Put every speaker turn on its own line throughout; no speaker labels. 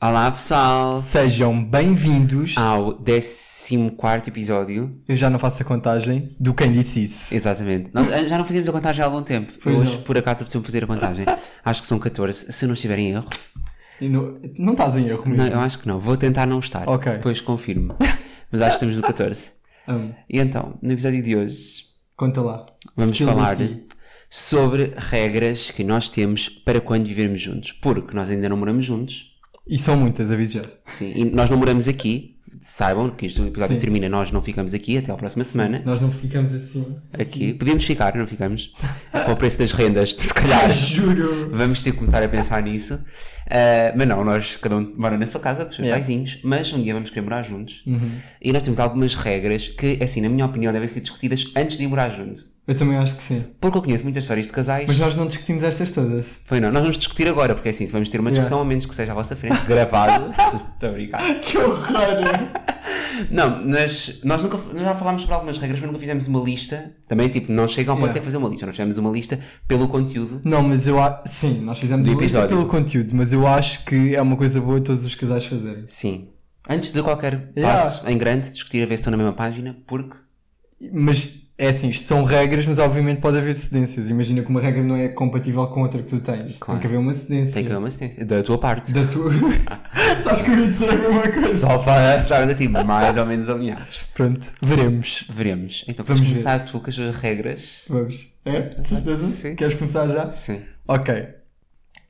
Olá pessoal,
Sejam bem-vindos.
ao 14 episódio.
Eu já não faço a contagem do quem disse isso.
Exatamente. Nós eh, já não fazíamos a contagem há algum tempo.
Pois
Hoje,
não.
por acaso, precisamos fazer a contagem. acho que são 14, se não estiver em erro.
E Não, não estás em erro
Não,
mesmo.
eu acho que não. Vou tentar não estar.
Ok.
Depois confirmo. Mas acho que estamos no 14.
Hum,
E então, no episódio de hoje,
conta lá.
vamos
Spill
falar
the tea.
sobre regras que nós temos para quando vivermos juntos. Porque nós ainda não moramos juntos.
E são muitas, aviso já.
Sim, e nós não moramos aqui. Saibam que este episódio
Sim.
termina, nós não ficamos aqui até à próxima semana.
Nós não ficamos assim.
Aqui. Podíamos ficar, não ficamos? Com o preço das rendas, se calhar.
Juro.
Vamos ter que começar a pensar nisso. Ah, mas não, nós cada um mora na sua casa, com os seus
Yeah.
paizinhos, mas um dia vamos querer morar juntos.
Uhum.
E nós temos algumas regras que, assim, na minha opinião, devem ser discutidas antes de morar junto.
Eu também acho que sim.
Porque eu conheço muitas histórias de casais.
Mas nós não discutimos estas todas.
Foi não, nós vamos discutir agora, porque assim, se vamos ter uma discussão, ao menos que seja à vossa frente, gravado. Muito obrigado.
Que horror!
Não, mas nós nunca nós já falámos sobre algumas regras, mas nunca fizemos uma lista. Também, tipo, não chega ao ponto
Yeah.
de ter que fazer uma lista. Nós fizemos uma lista pelo conteúdo.
Não, mas eu acho. Sim, nós fizemos
Do
uma lista
episódio.
pelo conteúdo, mas eu acho que é uma coisa boa todos os casais fazerem.
Sim. Antes de qualquer
Yeah.
passo em grande, discutir a ver se estão na mesma página, porque.
Mas é assim, isto são regras, mas obviamente pode haver cedências. Imagina que uma regra não é compatível com outra que tu tens.
Claro.
Tem que haver uma cedência.
Tem que haver uma assistência. Da tua parte.
Da tua. Sabes que eu ia dizer a mesma coisa.
Só para estarmos assim, mais ou menos alinhados.
Pronto, veremos.
Veremos. Então vamos
Vamos ver.
começar tu com as tuas regras.
Vamos. É? De certeza?
Sim.
Queres começar já?
Sim.
Ok.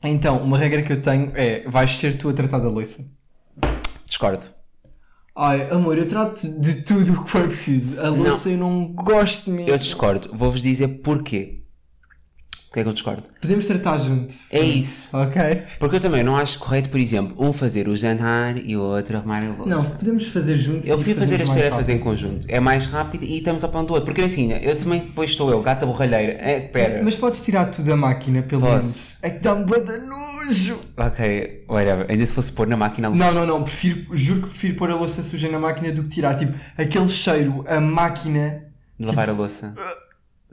Então, uma regra que eu tenho é: vais ser tu a tratar da louça.
Discordo.
Ai, amor, eu trato de tudo o que for preciso. A louça eu não gosto mesmo.
Eu discordo. Vou-vos dizer porquê. Porquê é que eu discordo?
Podemos tratar juntos.
É isso.
Ok.
Porque eu também não acho correto, por exemplo, um fazer o jantar e o outro arrumar a louça.
Não, podemos fazer juntos.
Eu
e
prefiro fazer
fazemos
as
mais
tarefas em
rápido.
conjunto. É mais rápido e estamos a pão do outro. Porque assim, eu também depois estou eu, gata borralheira. É, pera.
Mas podes tirar tudo da máquina, pelo
Posso.
menos. É que dá-me bué de nojo.
Ok, whatever. Ainda se fosse pôr na máquina a louça.
Não, não, não, prefiro, juro que prefiro pôr a louça suja na máquina do que tirar. Tipo, aquele cheiro, a máquina,
de lavar a louça.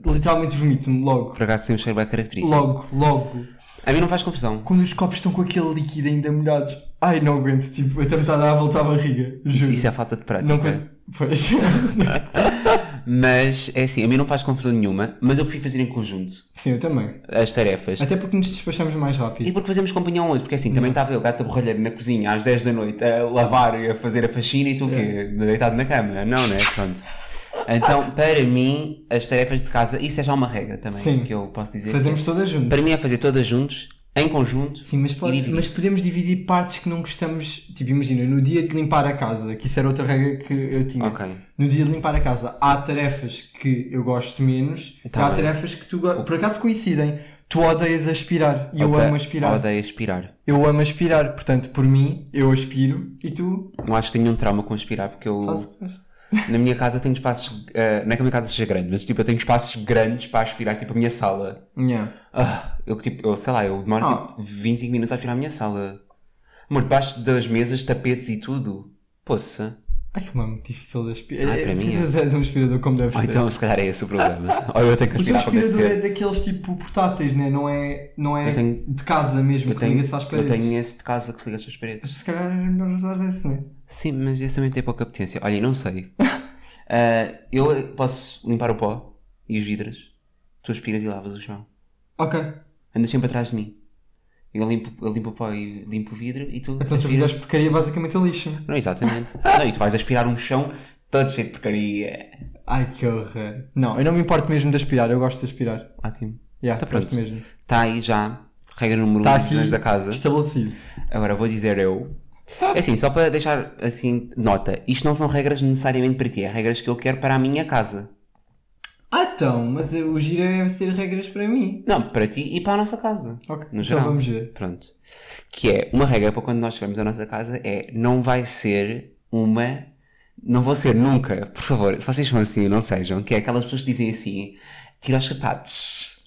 literalmente vomito-me logo.
Por acaso tem um cheiro bem característico.
Logo, logo.
A mim não faz confusão.
Quando os copos estão com aquele líquido ainda molhados. Ai, não aguento, tipo, até me está a dar a volta à barriga.
Isso,
Juro.
isso é falta de prática.
não consigo. Pois.
Mas é assim, a mim não faz confusão nenhuma, mas eu prefiro fazer em conjunto
Sim, eu também.
as tarefas.
Até porque nos despachamos mais
E
rápido.
porque fazemos companhia um outro, porque assim, também estava eu, gata borralheira, na cozinha às 10 da noite, a lavar e a fazer a faxina e tu o
É.
quê? Deitado na cama? Não, né? Pronto. Então, para mim, as tarefas de casa, isso é já uma regra também,
Sim.
que eu posso dizer.
Fazemos todas juntas.
Para mim é fazer todas juntos, em conjunto.
Sim, mas, pode-
E dividir.
mas podemos dividir partes que não gostamos. Tipo, imagina, no dia de limpar a casa, que isso era outra regra que eu tinha.
Ok.
No dia de limpar a casa, há tarefas que eu gosto menos
Tá
e há
bem.
tarefas que tu go- Por acaso coincidem. Tu odeias aspirar e eu
Ode-
amo aspirar.
Odeio aspirar.
Eu amo aspirar, portanto, por mim, eu aspiro e tu
Não acho que tenho um trauma com aspirar, porque eu.
fazes. o resto.
Na minha casa tenho espaços. eh, não é que a minha casa seja grande, mas tipo, eu tenho espaços grandes para aspirar, tipo, a minha sala.
Yeah.
Ah, eu que tipo, eu sei lá, eu demoro
Ah.
tipo 25 minutos a aspirar a minha sala. Amor, debaixo das mesas, tapetes e tudo. Poça.
Ai, que é muito difícil de aspirar.
Ah,
é,
para mim é.
precisas é de um aspirador como deve
Ou
ser.
então, se calhar é esse o problema. Ou eu tenho que
o teu
aspirar para
aspirador é
acontecer.
daqueles tipo portáteis, né? não é, não é
Eu tenho-
de casa mesmo,
Eu
que
tenho,
liga-se às
eu
paredes.
tenho esse de casa que se liga às paredes.
Se calhar era melhor usar esse, né?
Sim, mas esse também tem pouca potência. Olha, não sei. Ah, eu posso limpar o pó e os vidros. Tu aspiras e lavas o chão.
Ok. Então,
Andas sempre atrás de mim. Eu limpo, eu limpo o pó e limpo o vidro e tu.
Então se tu
aspiras.
fizeres porcaria, basicamente é lixo.
Não, exatamente. Não, e tu vais aspirar um chão todo cheio de porcaria.
Ai que horror. Não, eu não me importo mesmo de aspirar, eu gosto de aspirar.
Ótimo.
Já,
Tá pronto.
gosto mesmo.
Está aí já. Regra número 1
Tá
um
aqui.
dos donos da casa.
Estabelecido.
Agora vou dizer eu. É assim, só para deixar assim, nota. Isto não são regras necessariamente para ti, é regras que eu quero para a minha casa.
Ah então, mas o giro é ser regras para mim.
Não, para ti e para a nossa casa.
Ok,
No
então
geral.
vamos ver.
Pronto. Que é uma regra para quando nós estivermos a nossa casa é não vai ser uma. Não vou ser nunca, por favor. Se vocês são assim, não sejam. Que é aquelas pessoas que dizem assim: tira os sapatos.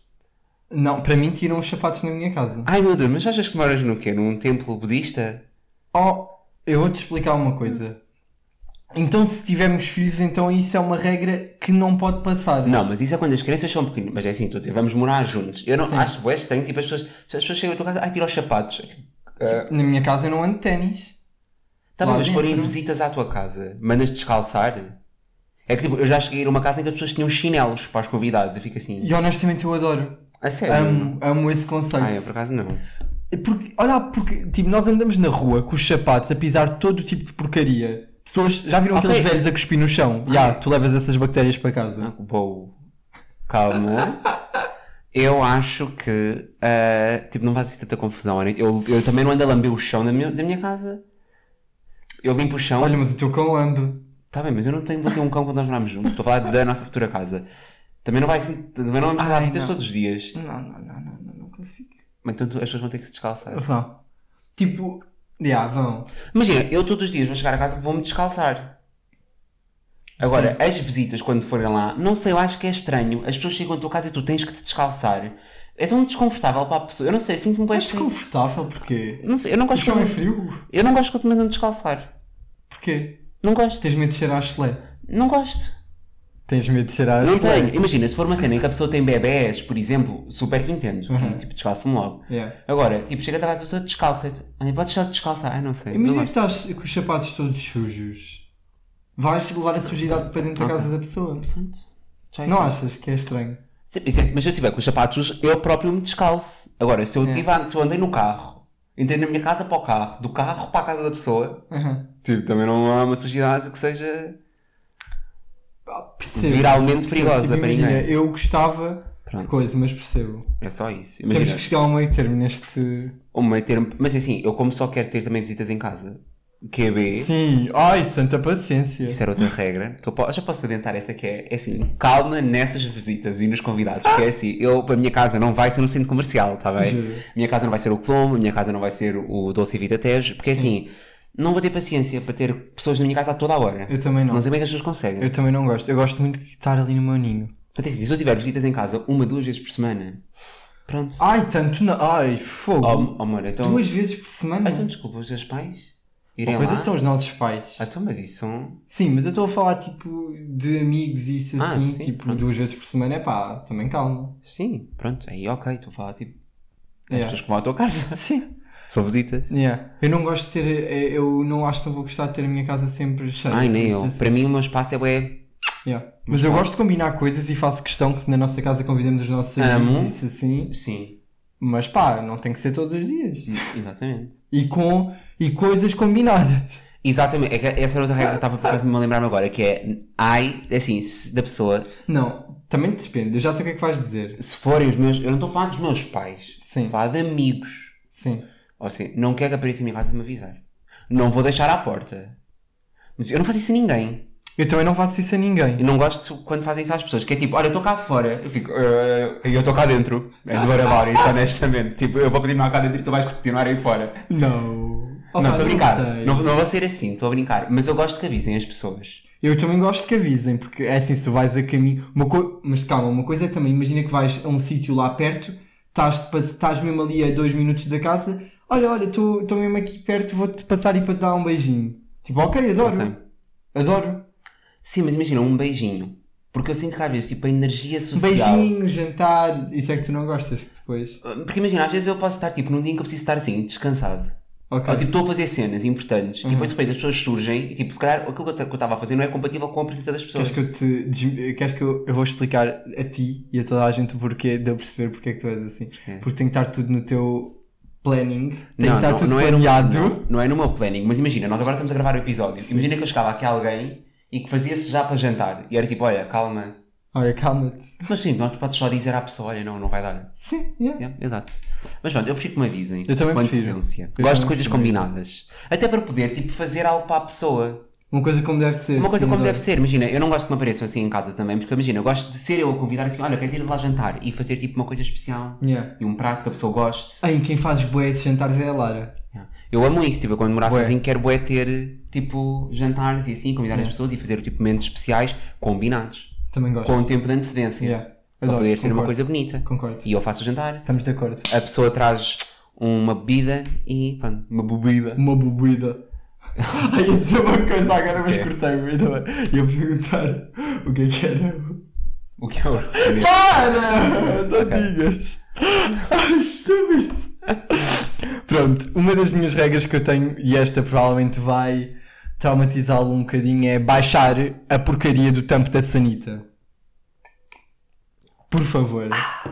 Não, para mim tiram os sapatos na minha casa.
Ai meu Deus, mas achas que moras no quê? Num templo budista?
Oh, eu vou-te explicar uma coisa. Então se tivermos filhos, então isso é uma regra que não pode passar.
Não, mas isso é quando as crianças são pequenas. Mas é assim, estou a dizer, vamos morar juntos. Eu não
Sim.
acho é estranho, tipo, as pessoas, as pessoas chegam à tua casa, ai, tira os sapatos. É tipo, Ah,
Na minha casa eu não ando de ténis.
Tá
Lá
bem, mas forem
dentro.
visitas à tua casa, mandas descalçar? É que tipo, eu já cheguei a uma casa em que as pessoas tinham chinelos para os convidados. Eu fico assim.
E honestamente eu adoro.
A sério?
Amo, amo esse conceito.
É, Ah, eu por acaso não.
Porque, olha, lá, porque tipo, nós andamos na rua com os sapatos a pisar todo o tipo de porcaria. Pessoas já viram
Ok.
aqueles velhos a cuspir no chão? Já, tu levas essas bactérias para casa.
Ah, Bom, calma. Eu acho que, ah, tipo, não faz assim tanta confusão. Ana. Eu, eu também não ando a lamber o chão da minha, da minha casa. Eu limpo o chão.
Olha, mas o teu cão lambe.
Tá bem, mas eu não tenho, vou ter um cão quando nós morarmos juntos. Estou a falar da nossa futura casa. Também não vai assim, também não vamos falar
Ai,
visitas
não.
todos os dias.
Não, não, não, não, não, não consigo.
Mas então tu- as pessoas vão ter que se descalçar.
Vão. Tipo, já, vão.
Imagina, eu todos os dias vou chegar a casa e vou-me descalçar. Agora, as visitas, quando forem lá, não sei, eu acho que é estranho. As pessoas chegam à tua casa e tu tens que te descalçar. É tão desconfortável para a pessoa. Eu não sei, eu sinto-me bem
É
estranho.
desconfortável porque.
Não sei, eu não
O
gosto
chão é
quando,
frio?
eu não gosto quando me mandam descalçar.
Porquê?
Não gosto.
Tens medo de cheirar a chulé?
Não gosto.
Tens medo de cheirar a
Não
chulé?
tenho. Imagina, se for uma cena em que a pessoa tem bebés, por exemplo, super que entendo.
Uhum.
Tipo, descalço-me logo.
Yeah.
Agora, tipo, chegas à casa da pessoa, descalça-te. Olha, podes estar descalçar. Ah, não sei. Não
Imagina que
gosto.
estás com os sapatos todos sujos. Vais levar a sujidade para dentro da
Ok.
casa da pessoa.
Pronto. Já é
Não
isso.
achas que é estranho?
Sim, mas se- mas se eu estiver com os sapatos, eu próprio me descalço. Agora, se eu,
É.
tiver, se eu andei no carro, entrei na minha casa para o carro, do carro para a casa da pessoa,
Aham.
tipo, também não há uma sujidade que seja
Ah, percebo.
viralmente perigosa
Tipo,
para
imagina,
ninguém.
eu gostava de
Pronto,
coisa, mas percebo.
é só isso.
Temos
Imagina,
que chegar ao meio termo neste.
um meio termo. Mas assim, eu como só quero ter também visitas em casa, QB,
Sim, ai, santa paciência.
isso era outra regra, que eu po- já posso adiantar essa que é, é assim, calma nessas visitas e nos convidados, porque é assim, eu, para a minha casa não vai ser um centro comercial, está bem?
Juro.
minha casa não vai ser o Colombo, minha casa não vai ser o Doce e Vita Tejo, porque assim, não vou ter paciência para ter pessoas na minha casa a toda a hora.
Eu também
não.
não.
sei bem que as pessoas conseguem.
Eu também não gosto. Eu gosto muito de estar ali no meu ninho.
Portanto, é assim, se eu tiver visitas em casa uma, duas vezes por semana, pronto.
Ai, tanto não. Ai, fogo.
Oh, oh, amor, então,
Duas vezes por semana.
Ah, então desculpa, os teus pais irem
Uma coisa
lá?
são os nossos pais.
Ah, então, mas isso são...
Sim, mas eu estou a falar tipo de amigos e isso
Ah,
assim,
sim,
tipo
pronto.
duas vezes por semana é pá, também calma.
Sim, pronto, aí ok, estou a falar, tipo, as
Yeah.
pessoas que vão à tua casa.
Sim.
São visitas.
Yeah. Eu não gosto de ter, eh, eu não acho que não vou gostar de ter a minha casa sempre cheia.
Ai, nem
Isso
eu.
assim.
Para mim o meu espaço é bué...
Yeah. Mas eu
Mas
gosto de combinar coisas e faço questão que na nossa casa convidemos os nossos
Amo.
amigos e isso assim.
Sim,
Mas pá, não tem que ser todos os dias.
exatamente.
E com e coisas combinadas.
Exatamente, é que essa era outra regra que eu
Ah,
estava por acaso me lembrar agora, que é ai, assim, se, da pessoa,
Não, também depende. Eu já sei o que é que vais dizer.
se forem os meus, eu não estou a falar dos meus pais, estou
Sim.
a falar de amigos.
Sim.
Ou seja, não quero que apareça em minha casa me avisar. Não vou deixar à porta. Mas eu não faço isso a ninguém.
Eu também não faço isso a
E
ninguém.
não gosto quando fazem isso às pessoas, que é tipo, olha, eu estou cá fora. Eu fico, "Eh, eu estou cá dentro. É de barabara, então, honestamente. Tipo, eu vou continuar cá dentro e tu vais continuar aí fora.
Não. Opa,
não, estou a brincar.
sei.
Não, não vou ser assim, estou a brincar. Mas eu gosto que avisem as pessoas.
Eu também gosto que avisem, porque é assim, se tu vais a caminho. Uma co... Mas calma, uma coisa é também, imagina que vais a um sítio lá perto, estás, de passe- estás mesmo ali a dois minutos da casa, olha, olha, estou estou mesmo aqui perto, vou-te passar e para te dar um beijinho. Tipo, ok, adoro,
Ok?
adoro.
Sim, mas imagina, um beijinho. Porque eu sinto que às vezes, tipo, a energia social...
Um Beijinho, jantar, isso é que tu não gostas depois.
Ah, Porque imagina, às vezes eu posso estar, tipo, num dia em que eu preciso estar, assim, descansado.
Ok.
Ou, tipo, estou a fazer cenas importantes. E
Uhum.
depois, de repente, as pessoas surgem. E, tipo, se calhar, aquilo que eu ta- que eu estava a fazer não é compatível com a presença das pessoas.
Queres que eu te. des- Queres que eu, eu vou explicar a ti e a toda a gente o porquê de eu perceber porque é que tu és assim?
É.
Porque tem que estar tudo no teu planning, tem que
Não,
estar
não,
tudo
não, é no,
planeado.
não, não é no meu planning. Mas imagina, nós agora estamos a gravar o episódio. Imagina que eu chegava aqui a alguém e que fazia-se já para jantar. E era tipo, olha, calma.
Olha, calma-te.
Mas sim, não, tu podes só dizer à pessoa, olha, não, não vai dar.
Sim, yeah.
Yeah, É, exato. Mas pronto, eu prefiro que me avisem.
Eu também
com
prefiro.
antecedência.
Eu
Gosto de coisas
também prefiro.
combinadas. Até para poder, tipo, fazer algo para a pessoa.
Uma coisa como deve ser.
Uma coisa
sim,
como
adoro.
deve ser, imagina, eu não gosto que me apareçam assim em casa também, porque imagina, eu gosto de ser eu a convidar assim, olha, queres ir lá jantar e fazer tipo uma coisa especial
Yeah.
e um prato que a pessoa goste.
Ai, quem faz bué de jantares é a Lara.
Eu amo isso, tipo, eu quando morar
Bué.
sozinho quero bué ter tipo jantares e assim, convidar as
Yeah.
pessoas e fazer tipo momentos especiais combinados,
Também gosto.
com um tempo de antecedência,
Yeah.
para
Adoro,
poder ser uma
concordo,
coisa bonita.
Concordo.
E eu faço o jantar,
Estamos de acordo.
a pessoa traz uma bebida e pronto, uma bebida.
Uma bobuída. Ai, ia dizer uma coisa agora, mas
Ok.
cortei-me. ainda bem. Ia perguntar o que é que era.
O que é o
Para! Não
Ok.
digas! Ai, estúpido! é Pronto, uma das minhas regras que eu tenho, e esta provavelmente vai traumatizá-lo um bocadinho, é baixar a porcaria do tampo da sanita. Por favor.
Ah,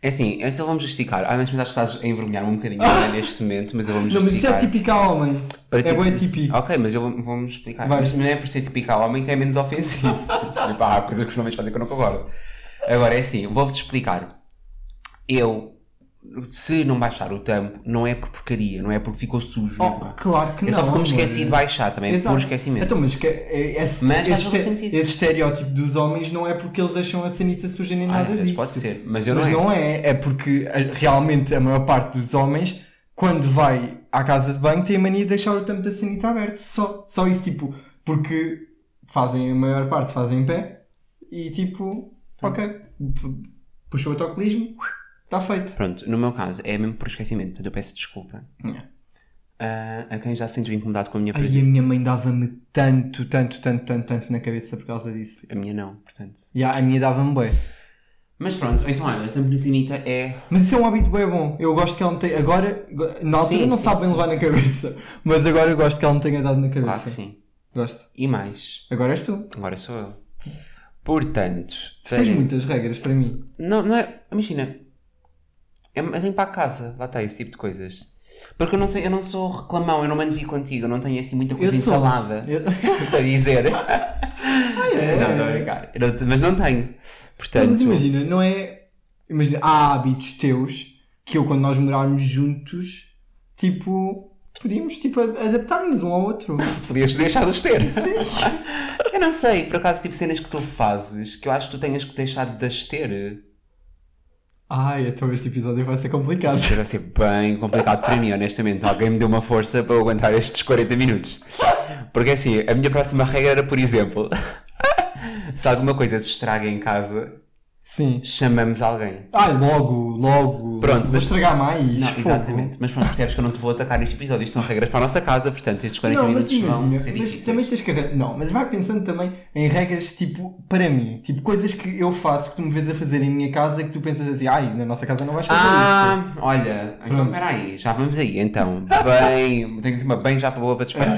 É assim, eu só vou-me justificar. Ah, mas acho que estás a envergonhar-me um bocadinho né, neste momento, mas eu vou-me
Ah. Não, mas isso
justificar. tipo,
é típico a homem.
Para
é
ti-
bem típico.
Ok, mas eu vou- vou-me explicar.
Vai.
Mas não é por ser tipical homem que é menos ofensivo. tipo, há coisas que os homens fazem que eu não concordo. Agora é assim, vou-vos explicar. Eu, se não baixar o tampo, não é por porcaria, não é porque ficou sujo.
Oh,
não.
claro que
é
não.
só porque eu me
amor.
esqueci de baixar também,
Exato.
por esquecimento.
Então, mas que, é- esse,
Mas faz
esse,
todo
este-
sentido.
esse estereótipo dos homens não é porque eles deixam a sanita suja nem
Ah,
nada
às vezes
disso.
pode ser, mas eu
mas
não, é.
não é. é, porque a- realmente a maior parte dos homens, quando vai à casa de banho, tem a mania de deixar o tampo da sanita aberto. Só, só isso, tipo, porque fazem a maior parte, fazem em pé e tipo, ok, p- puxou o autocolismo, está feito.
Pronto, no meu caso é mesmo por esquecimento, portanto eu peço desculpa.
Yeah.
Ah, a quem já se sentiu incomodado com a minha
Ai,
presença.
a minha mãe dava-me tanto, tanto, tanto, tanto, tanto na cabeça por causa disso.
A minha não, portanto.
E a a minha dava-me bué.
Mas pronto, então olha, a tamborazinita é.
Mas isso é um hábito bem bom. Eu gosto que ela me tenha. Agora, na altura
Sim,
não
sim,
sabem
sim,
levar na cabeça. Mas agora eu gosto que ela me tenha dado na cabeça.
Claro que sim.
Gosto.
E mais,
Agora és tu.
agora sou eu. Portanto,
Tu tens
tenho-
muitas regras para mim.
Não, não é. Imagina. É é limpar a casa, lá está esse tipo de coisas. Porque eu não sei, eu não sou reclamão, eu não mando vir contigo, eu não tenho assim muita coisa
Eu sou. É.
instalada
Eu-
para dizer. Não, não, brincar. Eu não te- mas não tenho. Portanto,
é Mas imagina, não é. Imagina, há hábitos teus que eu, quando nós morarmos juntos, tipo. Podíamos, tipo, a- adaptar-nos um ao outro.
podias deixar os ter.
Sim.
Eu não sei, por acaso, tipo cenas que tu fazes que eu acho que tu tenhas que deixar de as ter.
Ai, então este episódio vai ser complicado.
Isto vai ser assim, bem complicado para mim, honestamente. Alguém me deu uma força para eu aguentar estes 40 minutos. Porque assim, a minha próxima regra era, por exemplo, se alguma coisa se estraga em casa,
Sim.
chamamos alguém.
Ai, logo, logo.
Pronto,
Vou
mas-
estragar mais.
Não,
fogo.
exatamente. Mas pronto, percebes que eu não te vou atacar neste episódio. Isto são regras para a nossa casa, portanto, estes 40
não, mas
minutos vão
imagina,
ser
mas
difíceis.
também tens que arran- Não, mas vai pensando também em regras tipo para mim, tipo coisas que eu faço que tu me vês a fazer em minha casa que tu pensas assim, ai, na nossa casa não vais fazer isso.
Ah, olha, então
Pronto.
peraí, já vamos aí. Então, bem, tenho aqui uma bem já para boa para
É.
disparar.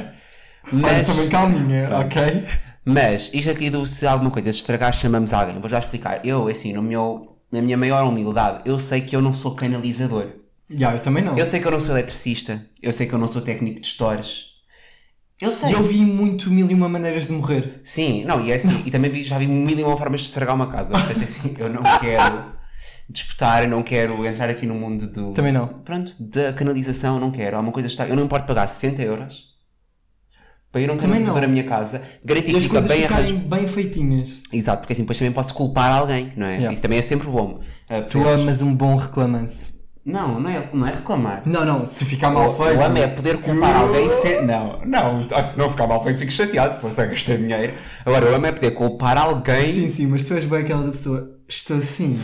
Olha,
Mas,
também calminha,
Pronto.
ok?
Mas, isto aqui do se alguma coisa se estragar, chamamos alguém. Vou já explicar. Eu, assim, no meu, na minha maior humildade, eu sei que eu não sou canalizador.
Já, eu também não.
Eu sei que eu não sou eletricista. Eu sei que eu não sou técnico de stores. Eu sei.
E eu vi muito mil e uma maneiras de morrer.
Sim, não, e é assim. E também vi, já vi mil e uma formas de estragar uma casa. Portanto, assim, eu não quero disputar, eu não quero entrar aqui no mundo do.
Também não.
Pronto, da canalização, não quero. Alguma coisa está. Eu não importo pagar 60 euros para ir a um
Também não.
canalizador a minha casa, garantir
E
que
as
fica
coisas
bem arranjado.
ficarem bem feitinhas.
Exato, porque assim depois também posso culpar alguém, não é?
Yeah.
Isso também é sempre bom. Ah,
Tu
poder-
amas um bom reclamance.
Não, não é, não é reclamar.
Não, não, se ficar mal feito.
Eu amo é poder culpar
Tu-
alguém sem. Não, não, ah, se não ficar mal feito, fico chateado, fosse a gastar dinheiro. Agora, eu amo é poder culpar alguém.
Sim, sim, mas tu és bem aquela da pessoa. Estou assim.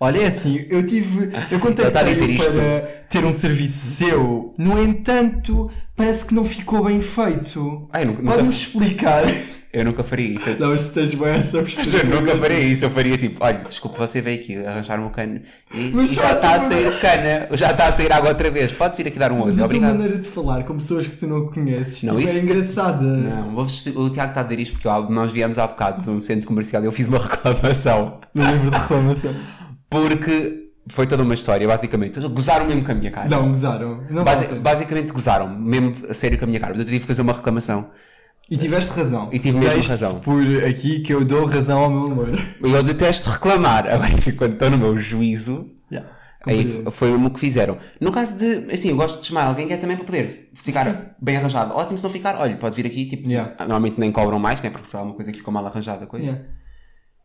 Olha, é assim, eu tive. Eu
Ele está a dizer
contactei
isto.
para ter um serviço seu. No entanto, parece que não ficou bem feito.
Ai, eu nunca,
Pode-me
nunca-
explicar.
eu nunca faria isso. Eu-
Não, mas tu tens bem essa postura.
Eu nunca faria isso, eu faria tipo, olha, desculpa, você veio aqui arranjar-me o cano e,
Mas
e
só
já está a
tu-
sair cana, já está a sair água outra vez, pode vir aqui dar um
Mas
outro,
a tua
obrigado.
maneira de falar com pessoas que tu não conheces
Não,
não,
isso-
é engraçada.
Não, vou-vos expli- o Tiago está a dizer isto porque ó, nós viemos há bocado de um centro comercial e eu fiz uma reclamação.
Não livro de reclamação.
Porque foi toda uma história, basicamente. Gozaram mesmo com a minha cara.
Não, usaram. Não
Basi-
volta.
basicamente gozaram mesmo a sério com a minha cara. Eu tive que fazer uma reclamação.
E tiveste razão.
E tive mesmo
Deixe-se
razão.
por aqui que eu dou razão ao meu amor.
Eu detesto reclamar. Agora, assim, quando estou no meu juízo,
Yeah.
aí
Compreendo.
f- foi mesmo o que fizeram. No caso de, assim, eu gosto de chamar alguém que é também para poder ficar
Sim.
bem arranjado. Ótimo se não ficar, olha, pode vir aqui, tipo,
Yeah.
normalmente nem cobram mais, né? Porque foi alguma coisa que ficou mal arranjada, coisa.
Yeah.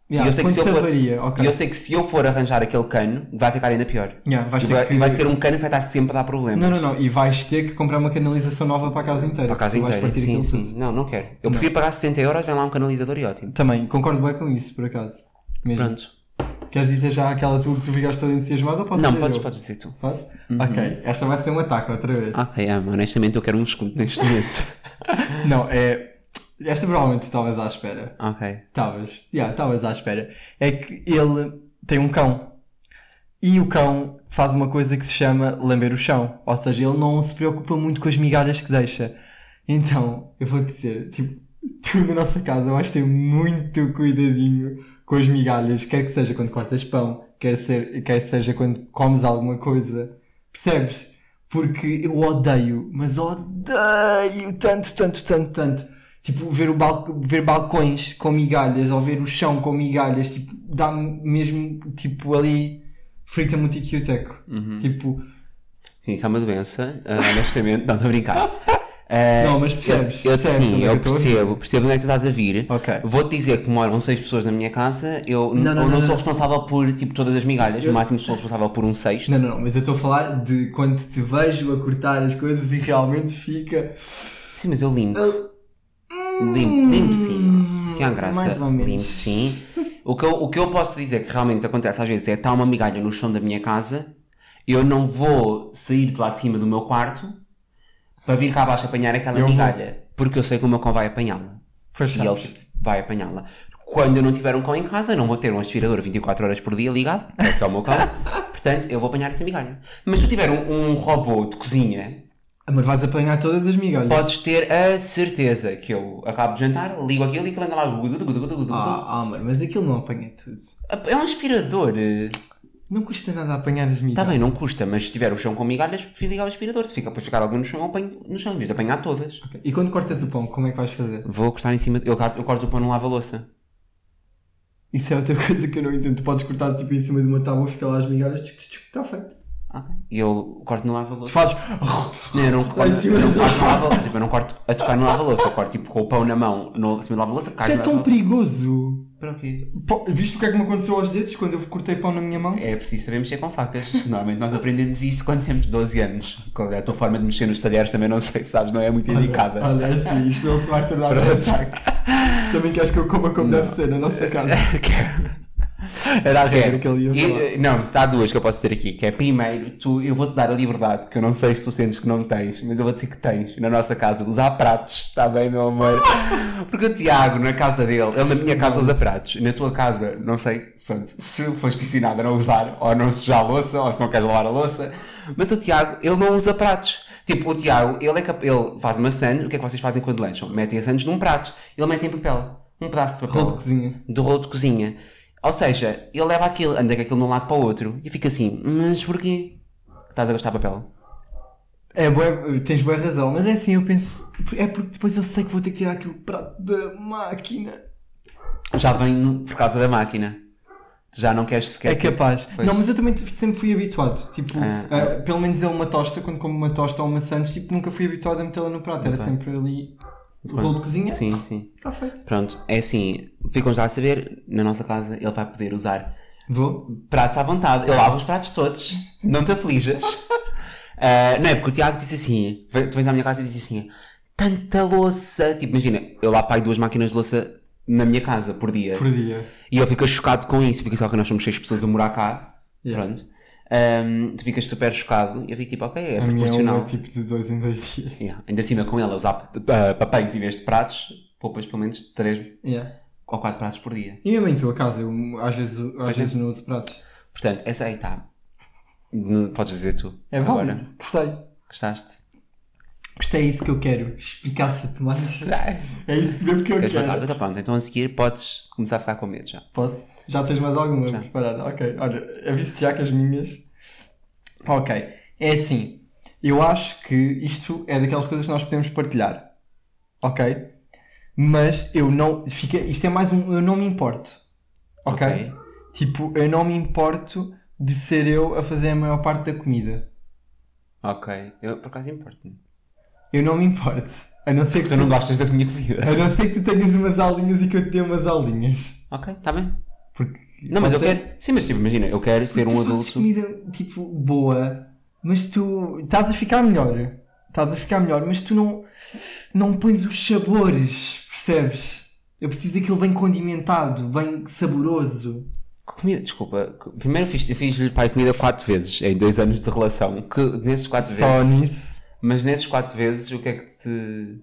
Yeah,
eu sei que
quando
se eu for-
avaria, ok.
E eu sei que se eu for arranjar aquele cano, vai ficar ainda pior.
Yeah, vais
E
ter
vai,
que...
vai ser um cano que vai estar sempre a dar problemas.
Não, não, não. E vais ter que comprar uma canalização nova para a casa inteira.
Para a casa
Tu vais
inteira.
partir
Sim,
aquilo
sim.
tudo.
Não, não quero. Eu
Não.
prefiro pagar 60 euros, vem lá um canalizador e ótimo.
Também, concordo bem com isso, por acaso. Mesmo.
Pronto.
Queres dizer já aquela tua que tu ficaste toda entusiasmada ou posso
não,
dizer
podes,
eu?
podes dizer tu.
Posso?
Uhum. Ah.
Ok, esta vai ser um ataque outra vez.
Ok, ama, honestamente eu quero um escudo neste momento.
Não, é... Esta provavelmente tu estavas à espera.
ok.
Estavas. Já, estavas à espera. É que ele tem um cão. E o cão faz uma coisa que se chama lamber o chão. Ou seja, ele não se preocupa muito com as migalhas que deixa. Então, eu vou dizer, tipo, tu na nossa casa vais ter muito cuidadinho com as migalhas, quer que seja quando cortas pão, quer, ser, quer seja quando comes alguma coisa. Percebes? Porque eu odeio, mas odeio tanto, tanto, tanto, tanto. Tipo, ver, o bal- ver balcões com migalhas ou ver o chão com migalhas, tipo, dá-me mesmo, tipo, ali, frita-me o tiquioteco.
Uhum.
Tipo,
Sim, isso é uma doença, ah, honestamente. Não, estou a brincar. Ah,
Não, mas percebes,
Eu, eu,
percebes
sim,
onde é
eu
que eu estou a vir?
percebo. Percebo onde é que tu estás a vir.
ok.
Vou-te dizer que moram seis pessoas na minha casa. Eu eu
Não,
não,
não, não,
sou
não.
responsável por tipo, todas as migalhas.
Sim, eu-
No máximo sou responsável por um sexto.
Não, não, não, mas eu estou a falar de quando te vejo a cortar as coisas e realmente fica.
Sim, mas eu limpo.
Hum,
Limpo, limpo sim. Tinha graça.
Mais ou menos.
Limpo sim. O que, eu, o que eu posso dizer que realmente acontece às vezes é estar uma migalha no chão da minha casa. Eu não vou sair de lá de cima do meu quarto para vir cá abaixo apanhar aquela
Eu vou.
migalha. Porque eu sei que o meu cão vai apanhá-la.
Pois
E ele
sabes.
tipo, vai apanhá-la. Quando eu não tiver um cão em casa, eu não vou ter um aspirador 24 horas por dia ligado, que é o que é o meu cão. Portanto, eu vou apanhar essa migalha. Mas se tu tiver um, um robô de cozinha,
Ah, Mas vais apanhar todas as migalhas.
podes ter a certeza que eu acabo de jantar, ligo aquilo e aquilo anda lá. gudu, gudu, gudu, gudu, gudu.
Ah, ah, mano, mas aquilo não apanha tudo.
É um aspirador. eh.
Não custa nada apanhar as
Está
migalhas.
Tá bem, não custa, mas se tiver o chão com migalhas, prefiro ligar o aspirador. Se fica para ficar algum no chão, eu apanho no chão, em vez de apanhar todas.
Ok. E quando cortas o pão, como é que vais fazer?
Vou cortar em cima. Eu corto, eu corto o pão num lava-louça.
Isso é outra coisa que eu não entendo. Tu podes cortar tipo em cima de uma tábua, fica lá as migalhas, está tá feito.
Ok. E eu corto no
Tu
lava-louça.
fazes.
Não, eu não corto,
Lá em cima
eu não
do-
corto no lava-louça. Tipo, eu não corto a tocar no lava-louça. Eu corto tipo com o pão na mão no, em cima do lava-louça. cai
Isso é
no
tão
lava-louça.
perigoso.
Para o quê?
Pô, viste o que é que me aconteceu aos dedos quando eu cortei pão na minha mão?
É preciso saber mexer com facas. Normalmente nós aprendemos isso quando temos 12 anos. Qual é a tua forma de mexer nos talheres também não sei, sabes, não é muito indicada.
Olha, olha, assim, isto não se vai tornar um
Pronto.
ataque. Também queres que eu coma como
Não.
deve ser na nossa casa. é-
Que- Era a
Quero
regra.
que ele ia
E,
falar.
eh, não, há duas que eu posso dizer aqui. Que é primeiro, tu, eu vou-te dar a liberdade, que eu não sei se tu sentes que não tens, mas eu vou dizer que tens na nossa casa, de usar pratos, está bem, meu amor? Porque o Tiago, na casa dele, ele na minha casa usa pratos, na tua casa, não sei pronto, se foste ensinado a não usar, ou não sujar a louça, ou se não queres lavar a louça, mas o Tiago, ele não usa pratos. Tipo, o Tiago, ele, é cap- ele faz uma sandes, o que é que vocês fazem quando lancham? Metem a sandes num prato, ele mete em papel, um pedaço de papel
Rolo de cozinha.
do rolo de cozinha. Ou seja, ele leva aquilo, anda com aquilo de um lado para o outro e fica assim, mas porquê? Estás a gastar papel?
É boa, tens boa razão, mas é assim, eu penso. É porque depois eu sei que vou ter que tirar aquele prato da máquina.
Já vem no- por causa da máquina. Tu já não queres sequer.
É capaz.
Pois.
Não, mas eu também sempre fui habituado. Tipo,
Ah.
ah, pelo menos eu uma tosta, quando como uma tosta ou uma sandes, tipo, nunca fui habituado a metê-la no prato. Era
Ok.
sempre ali o
Pronto.
rolo de cozinha.
Sim, sim.
Está feito.
Pronto, é assim, ficam já a saber, na nossa casa ele vai poder usar
Vou.
pratos à vontade. Eu lavo os pratos todos, não te aflijas. Ah, não é porque o Tiago disse assim, ve- tu vens à minha casa e disse assim, tanta louça. Tipo, imagina, eu lavo para aí duas máquinas de louça na minha casa por dia.
Por dia.
E ele fica chocado com isso, fica só que nós somos seis pessoas a morar cá.
Yeah.
Pronto. Ahm, tu ficas super chocado e eu fico tipo, ok, é
a minha é
proporcional.
uma, tipo de dois em dois dias.
Yeah. Ainda por cima com ela usar ah, papéis em vez de pratos, poupas pelo menos três
Yeah.
ou quatro pratos por dia.
E mesmo em tua casa, eu às vezes, às
é.
vezes não uso pratos.
Portanto, essa aí está. N- Podes dizer tu.
É válido.
Agora,
Gostei.
gostaste?
Gostei, é isso que eu quero. Explicar-se-te mais.
Queres
É isso mesmo que eu
matar?
quero.
Então pronto, então a seguir podes começar a ficar com medo já.
Posso? Já tens mais alguma
Já.
preparada? Ok. Olha, aviso-te já que as minhas. Ok. É assim. Eu acho que isto é daquelas coisas que nós podemos partilhar. Ok? Mas eu não. Fica, isto é mais um. Eu não me importo. ok? Tipo, eu não me importo de ser eu a fazer a maior parte da comida.
Ok. Eu por acaso importo-me.
Eu não me importo. A não ser que
Tu
tu-
não gostas da minha comida.
A não ser que tu tenhas umas aulinhas e que eu te dê umas aulinhas.
Ok, está bem.
Porque.
Não, mas eu
Pode ser?
quero. Sim, mas tipo, imagina, eu quero ser
tu
um
fazes
adulto.
comida, tipo, boa, mas tu. Estás a ficar melhor. Estás a ficar melhor, mas tu não. Não pões os sabores, percebes? Eu preciso daquilo bem condimentado, bem saboroso.
Comida, desculpa. co- Primeiro fiz, eu fiz pai comida quatro vezes em dois anos de relação. Que nesses quatro vezes.
Só nisso.
Mas nesses quatro vezes o que é que te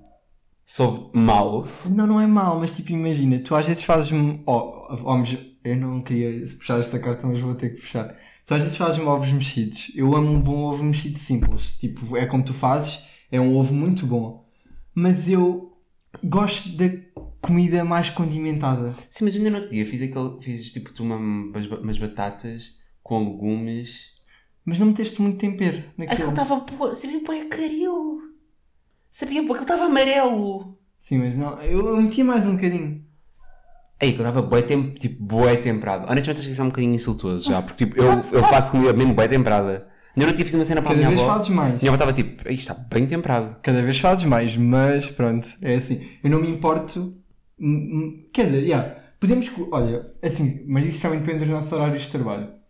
soube mal?
Não, não é mau, mas tipo, imagina, tu às vezes fazes-me. Oh, oh, mas eu não queria puxar esta carta, mas vou ter que puxar. Tu às vezes fazes-me ovos mexidos. Eu amo um bom ovo mexido simples. Tipo, é como tu fazes, é um ovo muito bom. Mas eu gosto da comida mais condimentada.
Sim, mas eu ainda no outro dia fiz aquele. Fiz tipo tu uma, umas, umas batatas com legumes.
Mas não meteste muito tempero
Aquilo
naquilo.
estava. boa- Sabia bem a caril. Sabia bem, aquilo estava amarelo.
Sim, mas não. Eu eu metia mais um bocadinho.
Aí, que eu estava boi tem, tipo, boi temperado. Honestamente, acho que isso é um bocadinho insultuoso já, porque tipo, eu, eu faço comida mesmo boi temperada. Ainda não tinha fiz uma cena para a
Cada
minha
vez
avó.
fazes mais.
Minha avó estava tipo, aí está bem temperado.
Cada vez fazes mais, mas pronto, é assim. Eu não me importo. hum, hum, Quer dizer, yeah, podemos. co- Olha, assim, mas isso também depende dos nossos horários de trabalho.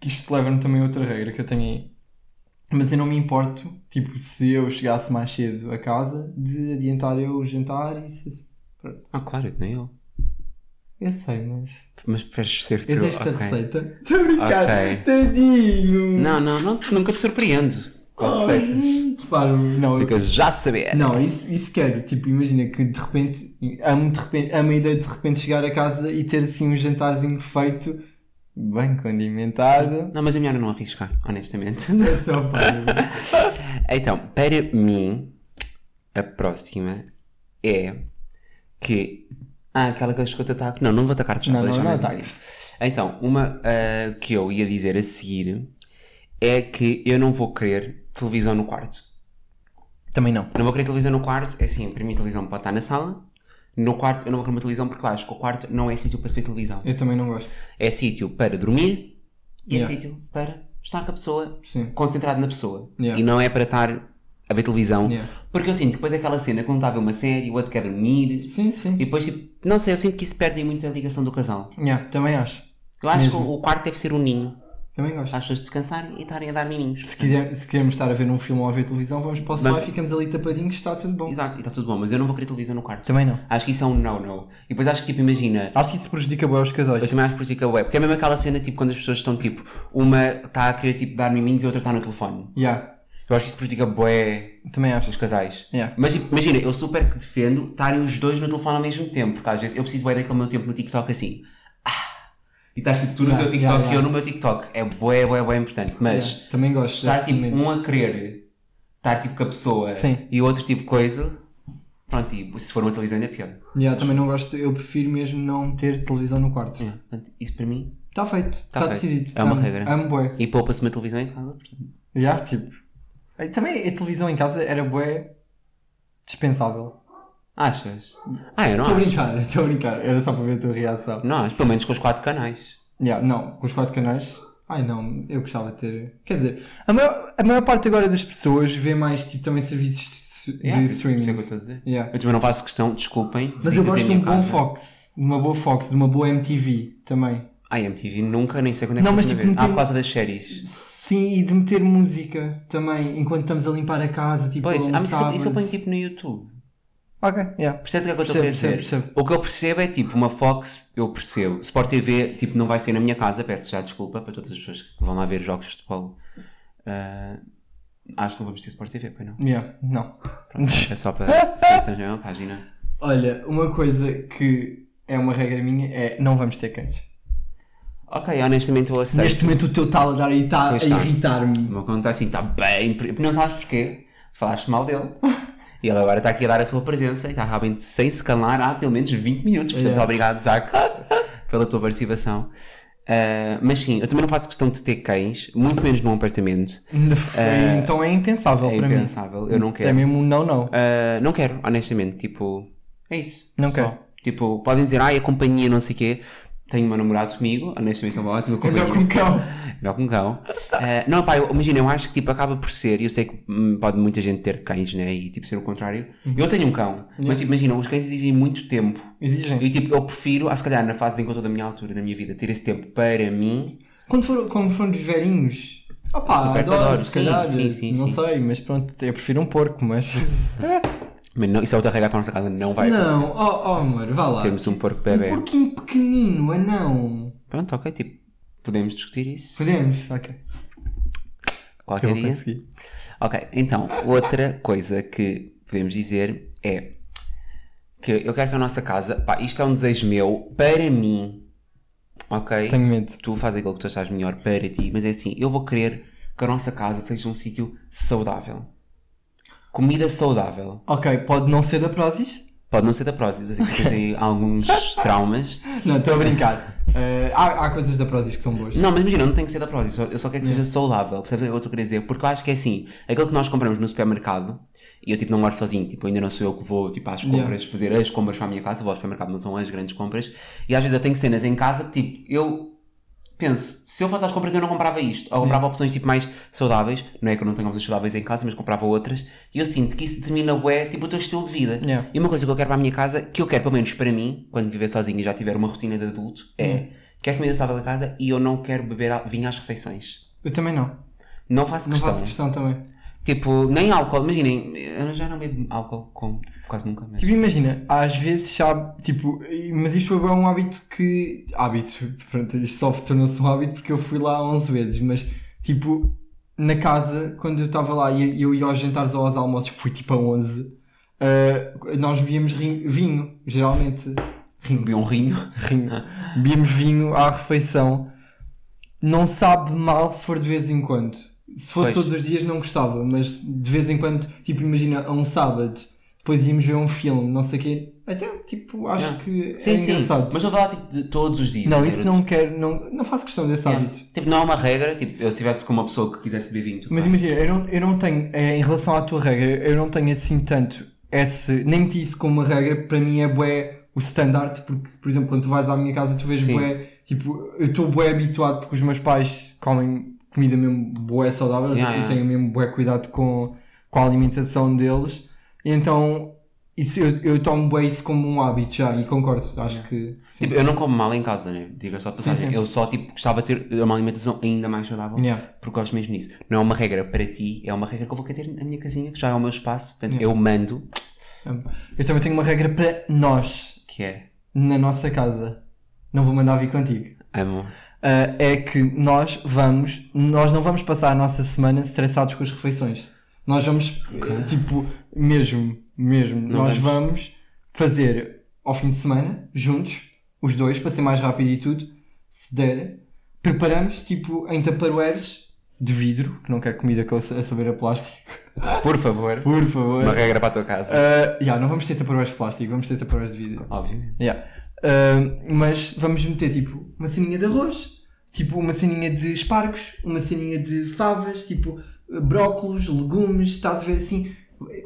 Que isto leva-me também a outra regra que eu tenho aí. Mas eu não me importo, tipo, se eu chegasse mais cedo a casa, de adiantar eu o jantar e isso assim.
Ah, claro, nem eu.
Eu sei, mas.
Mas preferes ser
Eu
tu.
dei esta
Tipo, ok.
receita. Estou a brincar,
Ok.
tadinho!
Não, não, não, nunca te surpreendo com receitas.
Ai, Claro, não,
Ficas já a saber.
Não, isso, isso quero. Tipo, imagina que de repente amo, de repente. amo a ideia de de repente chegar a casa e ter assim um jantarzinho feito, bem condimentado.
Não, mas é melhor eu não arriscar, honestamente.
Esta é a parte.
Então, para mim, a próxima é que. Ah, aquela que eu escuto ataque. Não, não vou atacar já.
Não,
vou
não,
deixar
não
mais
ataques.
um bocadinho. Então, uma ah, que eu ia dizer a seguir é que eu não vou querer televisão no quarto.
Também não.
Não vou querer televisão no quarto, é assim, para mim a televisão pode estar na sala. No quarto, eu não vou querer uma televisão porque eu acho que o quarto não é sítio para se ver televisão.
Eu também não gosto.
É sítio para dormir e
Yeah.
é sítio para estar com a pessoa,
Sim.
concentrado na pessoa.
Yeah.
E não é para estar a ver televisão.
Yeah.
Porque eu sinto que depois daquela cena, quando está a ver uma série, o outro quer dormir.
Sim, sim.
E depois, tipo, não sei, eu sinto que isso perde muito a ligação do casal.
Yeah, também acho.
Eu acho que
Mesmo.
o o quarto deve ser um ninho.
Também gosto.
Para as pessoas descansarem e estarem a dar miminhos.
Se, quiser, se quisermos estar a ver um filme ou a ver televisão, vamos para o sofá
Mas-
e ficamos ali tapadinhos, está tudo bom.
Exato, e está tudo bom, mas eu não vou querer televisão no quarto.
Também não.
Acho que isso é um no-no. E depois acho que, tipo, imagina,
Acho que isso prejudica bem os
Eu
casais.
também acho que prejudica web, porque é mesmo aquela cena tipo quando as pessoas estão tipo, uma está a querer tipo dar miminhos e a outra está no telefone.
Yeah,
Eu acho que isso prejudica bué
também acho.
os casais.
Yeah.
Mas tipo, imagina, eu super que defendo estarem os dois no telefone ao mesmo tempo, porque às vezes eu preciso bué daquele meu tempo no TikTok assim. Ah! E estás tipo tu no
Yeah,
teu TikTok
yeah, yeah.
e eu no meu TikTok. É bué, bué, bué importante. Mas
Yeah, também gosto. assim,
estar
desse
tipo
momento.
um a querer, estar tipo com a pessoa
Sim.
e o outro tipo coisa, pronto, e se for uma televisão ainda é pior.
Yeah, também não gosto, eu prefiro mesmo não ter televisão no quarto.
Yeah, portanto, isso para mim.
Está feito, está
Hum. feito.
decidido.
É uma
Amo-
regra.
Amo bué.
E poupa-se uma televisão em casa, portanto.
Já, tipo. e Também a televisão em casa era bué dispensável.
Achas? Ah, eu não
Estou a
acho.
brincar, estou a brincar. Era só para ver a tua reação.
Não acho, pelo menos com os quatro canais.
Yeah, não, com os quatro canais. Ai não, eu gostava de ter. Quer dizer, a maior, a maior parte agora das pessoas vê mais tipo também serviços de su- de,
Yeah, Isso é o que eu
streaming.
estou a dizer.
Yeah.
Eu também não faço questão, desculpem.
Mas eu
visitas em
gosto de
minha
um bom
casa.
Fox, de uma boa Fox, de uma boa MTV também.
Ah, MTV nunca, nem sei quando é que
Não, tipo,
foi a última
mas tipo,
vez. Ah,
meter-
por causa das séries.
Sim, e de meter música também, enquanto estamos a limpar a casa, tipo,
Pois,
um
ah, mas isso, isso eu
sábado.
ponho tipo no YouTube.
Ok, yeah.
Percebes o que é que eu estou a
Percebo,
querer dizer?
percebo, percebo.
O que eu percebo é tipo, uma Fox, eu percebo. Sport TV, tipo, não vai ser na minha casa, peço já desculpa para todas as pessoas que vão lá ver jogos de futebol. Ah, acho que não vamos ter Sport TV, pois não.
Yeah, não.
É só para se estamos na mesma página.
Olha, uma coisa que é uma regra minha é não vamos ter cães.
Ok, honestamente eu aceito.
Neste momento o teu tal a dar aí está a
Pois está. O
irritar-me.
meu conto assim, está bem. pre- Não sabes porquê? Falaste mal dele. E ele agora está aqui a dar a sua presença e está realmente sem se calar há pelo menos 20 minutos. Portanto,
Yeah.
obrigado, Zac, pela tua participação. Ah, mas sim, eu também não faço questão de ter cães, muito menos num apartamento.
É, então é impensável
É
para
impensável,
mim.
eu não
É
quero.
mesmo um não, não.
Ah, não quero, honestamente. Tipo, é isso.
Não
Só.
quero.
Tipo, podem dizer, ai, a companhia, não sei o quê. Tenho o meu namorado comigo, honestamente, é uma ótima companhia.
Melhor com um cão.
Melhor com cão. Eh, não, pá, eu- imagina, eu acho que tipo, acaba por ser, e eu sei que hum, pode muita gente ter cães, né? E tipo ser o contrário.
Uhum.
Eu tenho um cão, mas tipo, imagina, os cães exigem muito tempo.
Exigem.
E tipo, eu prefiro, ah, se calhar na fase em que eu estou da minha altura, da minha vida, ter esse tempo para mim.
Quando for, quando for dos velhinhos. Opa,
Super
adoro,
adoro,
se
sim,
calhar.
sim, sim,
não
sim.
sei, mas pronto, eu prefiro um porco, mas.
Mas não, isso é outra regra para a nossa casa, não vai acontecer.
não, oh, oh amor, vá lá.
Temos um porco
Um
bebê.
porquinho pequenino, anão.
Pronto, ok, tipo, podemos discutir isso
Podemos? Ok.
qualquer
é Eu vou
dia.
conseguir.
Ok, então, outra coisa que podemos dizer é que eu quero que a nossa casa, pá, isto é um desejo meu, para mim, ok?
Tenho medo.
Tu fazes aquilo que tu achas melhor para ti, mas é assim, eu vou querer que a nossa casa seja um sítio saudável. Comida saudável.
Ok, pode não ser da Prozis?
Pode não ser da Prozis, assim, porque tem alguns traumas.
Não, estou a brincar. Eh, há, há coisas da Prozis que são boas.
Não, mas imagina, não tem que ser da Prozis, só- eu só quero que seja saudável. Percebes o que eu estou a querer dizer? Porque eu acho que é assim, aquilo que nós compramos no supermercado, e eu tipo não moro sozinho, tipo, ainda não sou eu que vou tipo, às
Yeah.
compras, fazer as compras para a minha casa, vou ao supermercado, não são as grandes compras, e às vezes eu tenho cenas em casa que tipo, eu penso, se eu fosse às compras eu não comprava isto, ou comprava opções tipo mais saudáveis, não é que eu não tenho opções saudáveis em casa, mas comprava outras, e eu sinto que isso determina bué, tipo, o teu estilo de vida.
Yeah.
E uma coisa que eu quero para a minha casa, que eu quero pelo menos para mim, quando viver sozinho e já tiver uma rotina de adulto, é
Hum.
quero comida saudável da casa e eu não quero beber al- vinho às refeições.
Eu também não.
Não faço
Não
questão.
faço questão também.
Tipo, nem álcool, imaginem, eu já não bebo álcool com, quase nunca. Mas...
Tipo, imagina, às vezes sabe, tipo, e- mas isto é um hábito que. Hábito, pronto, isto só tornou-se um hábito porque eu fui lá 11 vezes, mas tipo, na casa, quando eu estava lá e eu ia aos jantares ou aos almoços, que fui tipo a 11, ah, nós bebíamos ri- vinho, geralmente. Rinho,
Bebi um rinho.
rinho. Bebíamos vinho à refeição. Não sabe mal se for de vez em quando. Se fosse
Pois.
todos os dias não gostava, mas de vez em quando, tipo, imagina, a um sábado, depois íamos ver um filme, não sei o quê. Até, tipo, acho
Yeah.
que
Sim,
é
sim.
engraçado.
Mas não vou lá tipo, de todos os dias.
Não, isso
Era-
não quero, não, não faço questão desse
Yeah.
hábito.
Tipo, não é uma regra, tipo, eu se estivesse com uma pessoa que quisesse beber vinho, tudo
Mas
bem.
imagina, eu não, eu não tenho, eh, em relação à tua regra, eu não tenho assim tanto esse, nem meti isso como uma regra, para mim é bué o standard, porque, por exemplo, quando tu vais à minha casa, tu vês
Sim.
bué, tipo, eu estou bué habituado porque os meus pais comem comida mesmo bué saudável,
Yeah,
eu
yeah.
tenho mesmo bué cuidado com, com a alimentação deles, então isso, eu, eu tomo bué isso como um hábito já, e concordo, acho
Yeah.
que... sim.
Tipo, eu não como mal em casa, né? Diga só de passagem.
sim.
Eu só, tipo, gostava de ter uma alimentação ainda mais saudável.
Yeah.
porque gosto mesmo disso. Não é uma regra para ti, é uma regra que eu vou querer ter na minha casinha, que já é o meu espaço, portanto
Yeah.
eu mando,
Eu também tenho uma regra para nós,
que é
na nossa casa, não vou mandar vir contigo.
amo.
Uh, é que nós vamos, nós não vamos passar a nossa semana estressados com as refeições. Nós vamos, eh, tipo, mesmo, mesmo,
Não
nós
vamos.
vamos. fazer ao fim de semana, juntos, os dois, para ser mais rápido e tudo, se der, preparamos, tipo, em taparoeiros de vidro, que não quero comida com a saber a plástico,
Por favor,
por favor.
uma regra para a tua casa.
Uh, yeah, não vamos ter taparoeiros de plástico, vamos ter taparoeiros de vidro.
Obviamente.
Yeah. Uh, mas vamos meter tipo uma ceninha de arroz, tipo uma ceninha de espargos, uma ceninha de favas, tipo brócolos, legumes, estás a ver assim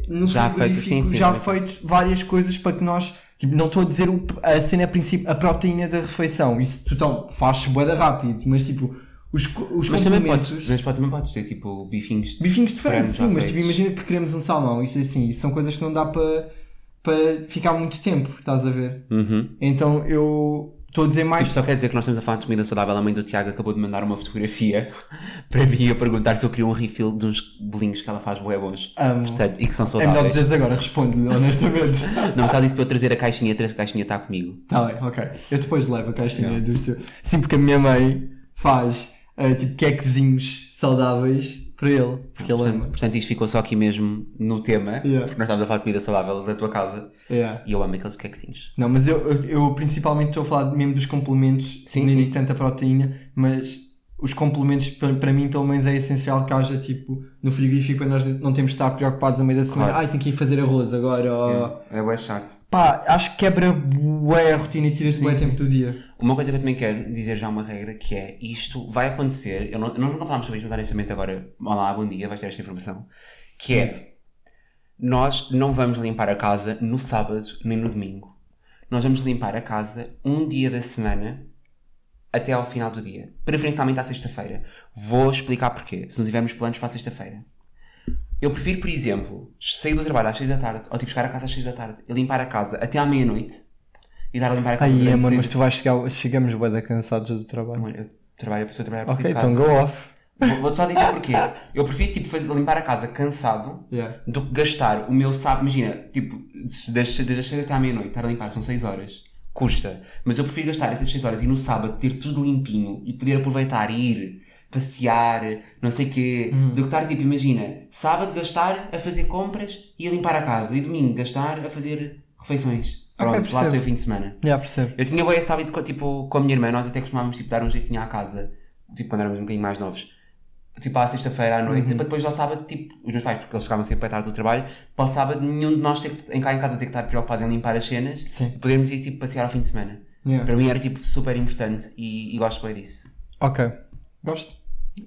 no
Já feito,
frigorífico,
sim, sim,
já
sim.
feito várias coisas para que nós tipo, não estou a dizer o- a cena principal, a proteína da refeição, isso tu tom- fazes boeda rápido, mas tipo os, co- os
Mas também
complementos-
podes, mas pode- também podes ter tipo bifinhos de
bifinhos de frango,
Frango já
sim, mas tipo,
feitos.
imagina que queremos um salmão, isso é assim, isso são coisas que não dá para para ficar muito tempo, estás a ver?
Uhum.
Então eu estou a dizer mais.
Isto só quer dizer que nós estamos a falar de comida saudável. A mãe do Tiago acabou de mandar uma fotografia para mim a perguntar se eu queria um refill de uns bolinhos que ela faz bué bons.
Amo.
Portanto, e que são
É melhor
saudáveis.
dizeres agora, responde-lhe, honestamente.
Não, ela disse para eu trazer a caixinha, a caixinha está comigo.
tá bem, ok. Eu depois levo a caixinha dos teus. Sim, porque a minha mãe faz eh, tipo quequezinhos saudáveis para ele. Porque ele
Portanto,
ama.
portanto, isto ficou só aqui mesmo no tema,
Yeah.
porque nós estávamos a falar de comida saudável da tua casa.
Yeah.
E "Oh, eu amo aqueles quequezinhos.
Não, mas eu, eu, eu principalmente estou a falar mesmo dos complementos,
Sim,
nem
sim.
digo tanta proteína, mas os complementos para para mim pelo menos é essencial que haja tipo no frigorífico para nós não termos de estar preocupados a meio da semana,
Claro.
ai tenho que ir fazer arroz agora, ou...
É, é bué chato.
Pá, acho que quebra bué a rotina e tira-te
Sim,
bué
sim.
tempo do dia.
Uma coisa que eu também quero dizer já uma regra que é isto vai acontecer, eu não, nós nunca falámos sobre isto, mas honestamente agora, olá, bom dia, vais ter esta informação, que é nós não vamos limpar a casa no sábado nem no domingo. Nós vamos limpar a casa um dia da semana até ao final do dia, preferencialmente à sexta-feira. Vou explicar porquê, se não tivermos planos para a sexta-feira. Eu prefiro, por exemplo, sair do trabalho às 6 da tarde, ou tipo chegar a casa às 6 da tarde, e limpar a casa até à meia-noite e dar a limpar a casa
Aí,
durante
amor,
seis-
é, mas tu vais chegar, chegamos bué da cansados do trabalho.
Amor, eu trabalho, a pessoa trabalha por
Ok,
dentro de
então
casa.
go off.
Vou- Vou-te só dizer porquê. Eu prefiro tipo, fazer, limpar a casa cansado
Yeah.
do que gastar o meu sábado. Imagina, tipo, se- das, das 6 até à meia-noite, estar a limpar são 6 horas. Custa. Mas eu prefiro gastar essas 6 horas e no sábado ter tudo limpinho e poder aproveitar e ir passear, não sei o quê,
Hum.
do que estar tipo, imagina, sábado gastar a fazer compras e a limpar a casa e domingo gastar a fazer refeições. Pronto, lá
percebo.
foi o fim de semana.
Já percebo.
Eu tinha bem esse hábito com, tipo, com a minha irmã, nós até costumávamos tipo, dar um jeitinho à casa, tipo, quando éramos um bocadinho mais novos. Tipo, à sexta-feira à noite,
Uhum.
para depois ao sábado, tipo, os meus pais, porque eles chegavam sempre à tarde do trabalho, para o sábado nenhum de nós ter, que- em cá em casa ter que estar preocupado em limpar as cenas,
Sim.
podermos ir tipo, passear ao fim de semana.
Yeah.
Para mim era tipo super importante e, e gosto bem disso.
Ok. Gosto.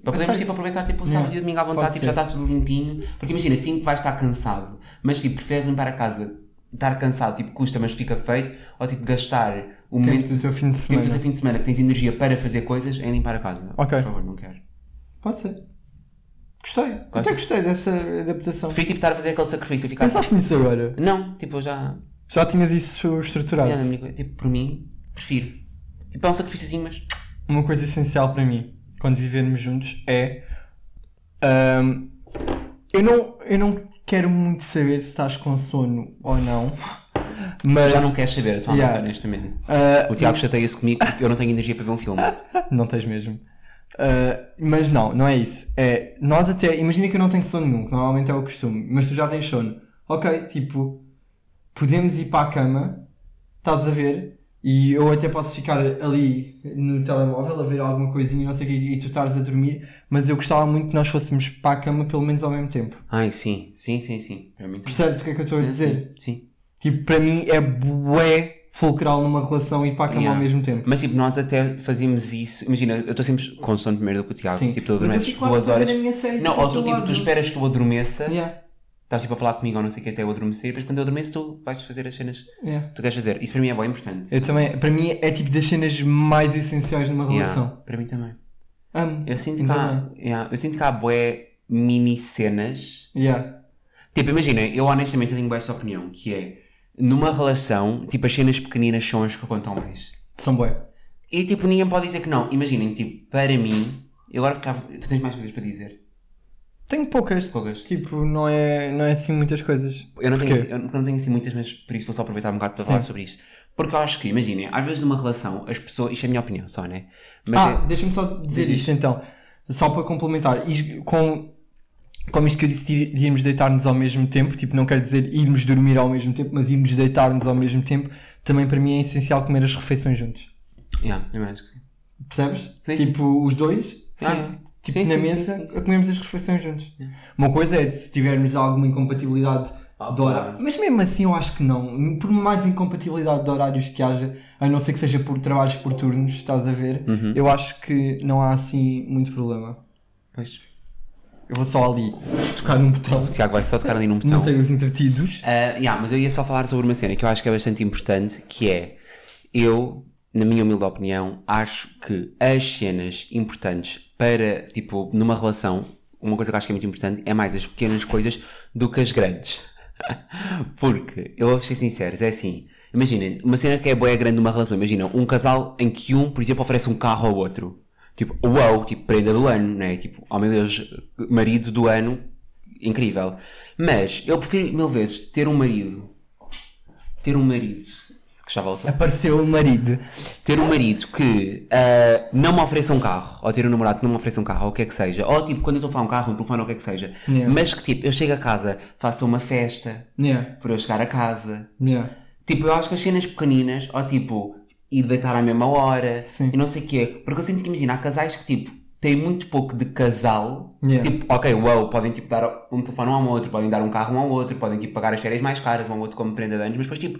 Para podermos
Aceito.
tipo, aproveitar tipo, o
Yeah.
sábado e o domingo à vontade,
Pode
tipo, já
ser.
está tudo limpinho. Porque imagina, assim que vais estar cansado, mas tipo, preferes limpar a casa, estar cansado, tipo, custa, mas fica feito, ou tipo, gastar o
Tempo
momento
do teu fim
tempo do
de semana.
teu Tipo, fim de semana que tens energia para fazer coisas em limpar a casa.
é? Ok.
Por favor, não quero.
Pode ser. Gostei. Até gostei dessa adaptação.
Prefiro tipo estar a fazer aquele sacrifício, ficar.
Pensaste nisso agora?
Não, tipo, eu já.
Já tinhas isso estruturado?
já na minha coisa. Tipo, por mim, prefiro. Tipo, é um sacrifíciozinho, mas.
Uma coisa essencial para mim, quando vivermos juntos, é. ahm, eu, não, eu não quero muito saber se estás com sono ou não, mas. hum,
Já não queres saber atualmente,
Yeah.
honestamente.
ah,
O Tiago chateia-se comigo porque eu não tenho energia para ver um filme.
Não tens mesmo. Ah, mas não, não é isso. É, nós até. Imagina que eu não tenho sono nenhum, que normalmente é o costume, mas tu já tens sono. Ok, tipo, podemos ir para a cama, estás a ver, e eu até posso ficar ali no telemóvel a ver alguma coisinha, não sei o que, e tu estás a dormir, mas eu gostava muito que nós fôssemos para a cama pelo menos ao mesmo tempo.
Ai, sim, sim, sim, sim. Para mim também.
Percebes o que é que eu estou a
Sim,
dizer?
Sim. sim.
Tipo, para mim é bué fulcral numa relação ir para a cama
Yeah.
ao mesmo tempo.
Mas tipo, nós até fazíamos isso. Imagina, eu estou sempre com sono primeiro do que o Tiago.
Sim,
Tipo, tu
mas assim,
adormeces
eu fico lá a
duas
fazer
horas.
a minha série
Não, ou
do
tu,
outro
tipo,
lado.
tu esperas que eu adormeça,
Yeah,
estás tipo a falar comigo ou não sei o que até eu adormecer, depois quando eu adormeço tu vais fazer as cenas
yeah.
que tu queres fazer. Isso para mim é bem importante.
Eu também, para mim é tipo das cenas mais essenciais numa
Yeah,
relação.
para mim também.
Amo.
Eu sinto que
Ainda
há, yeah, eu sinto que há bué mini cenas.
Yeah.
Tipo, imagina, eu honestamente tenho bué essa opinião, que é numa relação, tipo, as cenas pequeninas são as que contam mais.
São bué.
E tipo, ninguém pode dizer que não. Imaginem, tipo, para mim, eu agora ficava. Tu tens mais coisas para dizer?
Tenho poucas.
Poucas?
Tipo, não é, não é assim muitas coisas.
Eu não, tenho,
Porquê?
assim- eu não tenho assim muitas, mas por isso vou só aproveitar um bocado para
Sim.
falar sobre isto. Porque eu acho que, imaginem, às vezes numa relação, as pessoas. Isto é a minha opinião só, né? Mas
ah,
é-
deixa-me só dizer
Diz
isto então. Só para complementar. Is- com, como isto que eu disse, ir- de irmos deitar-nos ao mesmo tempo. Tipo, não quer dizer irmos dormir ao mesmo tempo, mas irmos deitar-nos ao mesmo tempo. Também para mim é essencial comer as refeições juntos.
é, yeah, eu acho que sim.
Percebes?
Sim.
Tipo, os dois,
Ah,
sim,
é.
tipo,
Sim,
na
sim,
mesa,
sim, sim, sim.
a comermos as refeições juntos.
É.
Uma coisa é de se tivermos alguma incompatibilidade
Ah,
de horário.
claro.
Mas mesmo assim eu acho que não. Por mais incompatibilidade de horários que haja, a não ser que seja por trabalhos por turnos, estás a ver,
Uhum.
eu acho que não há assim muito problema.
Pois.
Eu vou só ali tocar num botão.
O Tiago vai só tocar ali num botão.
Não tenho os entretidos.
Ah, yeah, mas eu ia só falar sobre uma cena que eu acho que é bastante importante, que é eu, na minha humilde opinião, acho que as cenas importantes para, tipo, numa relação, uma coisa que eu acho que é muito importante é mais as pequenas coisas do que as grandes. Porque, eu vou ser sincero, é assim, imaginem, uma cena que é boa grande numa relação, imagina, um casal em que um, por exemplo, oferece um carro ao outro. Tipo, uau, tipo, prenda do ano, né? Tipo, oh meu Deus, marido do ano, incrível. Mas, eu prefiro mil vezes ter um marido, ter um marido, que já voltou,
Apareceu o marido.
ter um marido que ah, não me ofereça um carro, ou ter um namorado que não me ofereça um carro, ou o que é que seja, ou tipo, quando eu estou a falar um carro, um telefone, ou o que é que seja,
Yeah.
mas que tipo, eu chego a casa, faço uma festa,
Yeah,
por eu chegar a casa,
yeah.
Tipo, eu acho que as cenas pequeninas, ou tipo, ir deitar à mesma hora,
Sim.
e não sei o quê. Porque eu sinto que, imagina, há casais que, tipo, têm muito pouco de casal.
Yeah.
Tipo, ok, wow, podem, tipo, dar um telefone um ao outro, podem dar um carro um ao outro, podem, tipo, pagar as férias mais caras, um ao outro como prenda de anos, mas depois, tipo,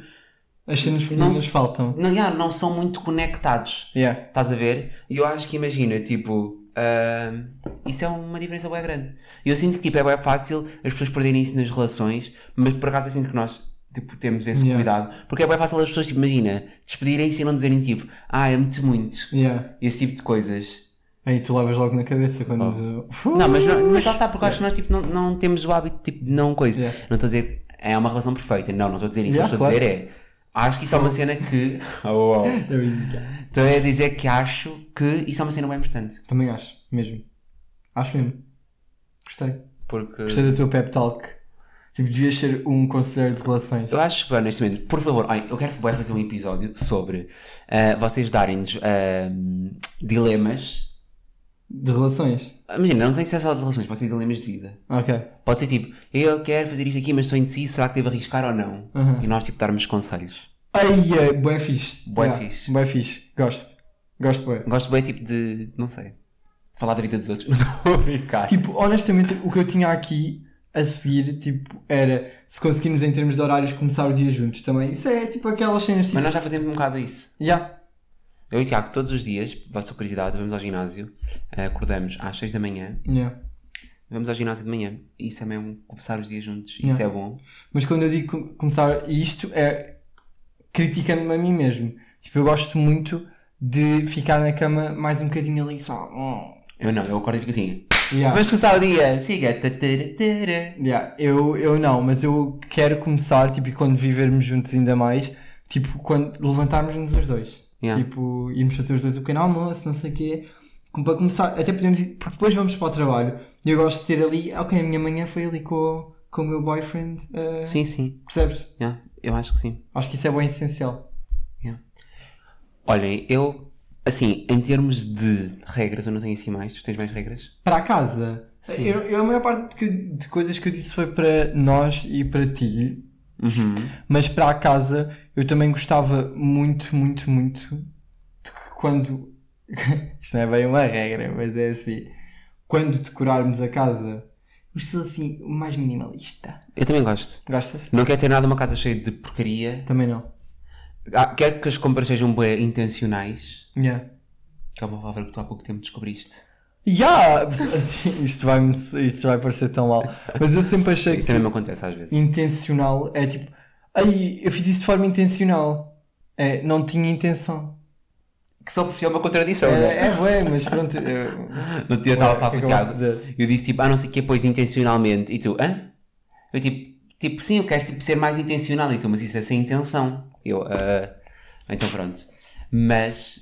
As cenas pequeninas
Não-
faltam.
não, yeah, não são muito conectados.
Yeah.
Estás a ver? E eu acho que, imagina, tipo, ahm, isso é uma diferença bem grande. E eu sinto que, tipo, é bem fácil as pessoas perderem isso nas relações, mas por acaso eu sinto que nós, tipo, temos esse
Yeah.
cuidado. Porque é bem fácil as pessoas, tipo, imagina, despedirem-se e não dizerem, tipo, ah, amo-te muito.
Yeah.
Esse tipo de coisas.
Aí tu levas logo na cabeça quando.
Não, mas, não, mas lá está, porque eu acho que nós, tipo, não, não temos o hábito, tipo, de não coisa.
Yeah.
Não estou a dizer, é uma relação perfeita. Não, não estou a dizer isso. O que eu
Yeah,
estou a dizer é... Acho que isso é uma cena que. Oh, oh.
Eu ia.
Estou a dizer que acho que isso é uma cena bem importante.
Também acho, mesmo. Acho mesmo. Gostei.
Porque.
Gostei do teu pep talk. Tipo, devias ser um conselheiro de relações.
Eu acho que, honestamente, por favor, ai, eu quero bué fazer um episódio sobre ah, vocês darem-nos ah, dilemas.
De relações.
Imagina, não tem se é só de relações, pode ser dilemas de vida.
Ok.
Pode ser tipo, eu quero fazer isto aqui, mas estou indeciso, será que devo arriscar ou não?
Aham.
E nós, tipo, darmos conselhos.
Ai, boé fixe.
Bué fixe.
Bué fixe. Gosto. Gosto bué.
Gosto bem, tipo, de. Não sei. Falar da vida dos outros. Não estou a brincar.
Tipo, honestamente, o que eu tinha aqui a seguir, tipo, era se conseguirmos em termos de horários começar o dia juntos também. Isso é tipo aquelas cenas, tipo,
Mas nós já fazemos um bocado isso.
yeah.
Eu e o Tiago, todos os dias, vossa curiosidade, vamos ao ginásio, eh, acordamos às 6 da manhã,
yeah.
vamos ao ginásio de manhã. Isso é mesmo começar os dias juntos, isso
Yeah.
é bom.
Mas quando eu digo com- começar isto, é criticando-me a mim mesmo. Tipo, eu gosto muito de ficar na cama mais um bocadinho ali só. hum.
Eu não, eu acordo e fico assim.
Yeah.
Vamos começar o dia, siga. Tatarara.
Yeah, eu, eu não, mas eu quero começar, tipo, e quando vivermos juntos ainda mais, tipo, quando levantarmos-nos os dois.
Yeah.
Tipo, irmos fazer os dois o pequeno almoço, não sei o quê. Como para começar, até podemos ir, porque depois vamos para o trabalho. E eu gosto de ter ali, ok, a minha manhã foi ali com, o- com o meu boyfriend. eh,
Sim, sim.
Percebes?
Yeah, eu acho que sim.
Acho que isso é bem essencial.
Olhem, eu, assim, em termos de regras, eu não tenho assim mais. Tu tens mais regras?
Para a casa.
Sim.
Eu, eu, a maior parte de, que- de coisas que eu disse foi para nós e para ti.
Uhum.
Mas para a casa, eu também gostava muito, muito, muito de que quando. Isto não é bem uma regra, mas é assim. Quando decorarmos a casa, o estilo assim, o mais minimalista.
Eu também gosto.
Gostas?
Não quero ter nada uma casa cheia de porcaria.
Também não.
Ah, quero que as compras sejam bem intencionais.
Yeah.
Que é uma palavra que tu há pouco tempo descobriste.
Yeah! isto, vai isto vai parecer tão mal. Mas eu sempre achei
Isso
que
também me acontece às vezes.
intencional é tipo. Ai, eu fiz isso de forma intencional. É, não tinha intenção.
Que só por si é uma contradição, não é?
É, é bué, mas pronto. Eu,
No dia eu estava a falar
o que
com
é
o
que eu posso
Tiago.
dizer?
Eu disse tipo, ah, não sei o que, pois intencionalmente. E tu, hã? Eu tipo, tipo, sim, eu quero tipo, ser mais intencional. E tu, mas isso é sem intenção. Eu, ah, então pronto. Mas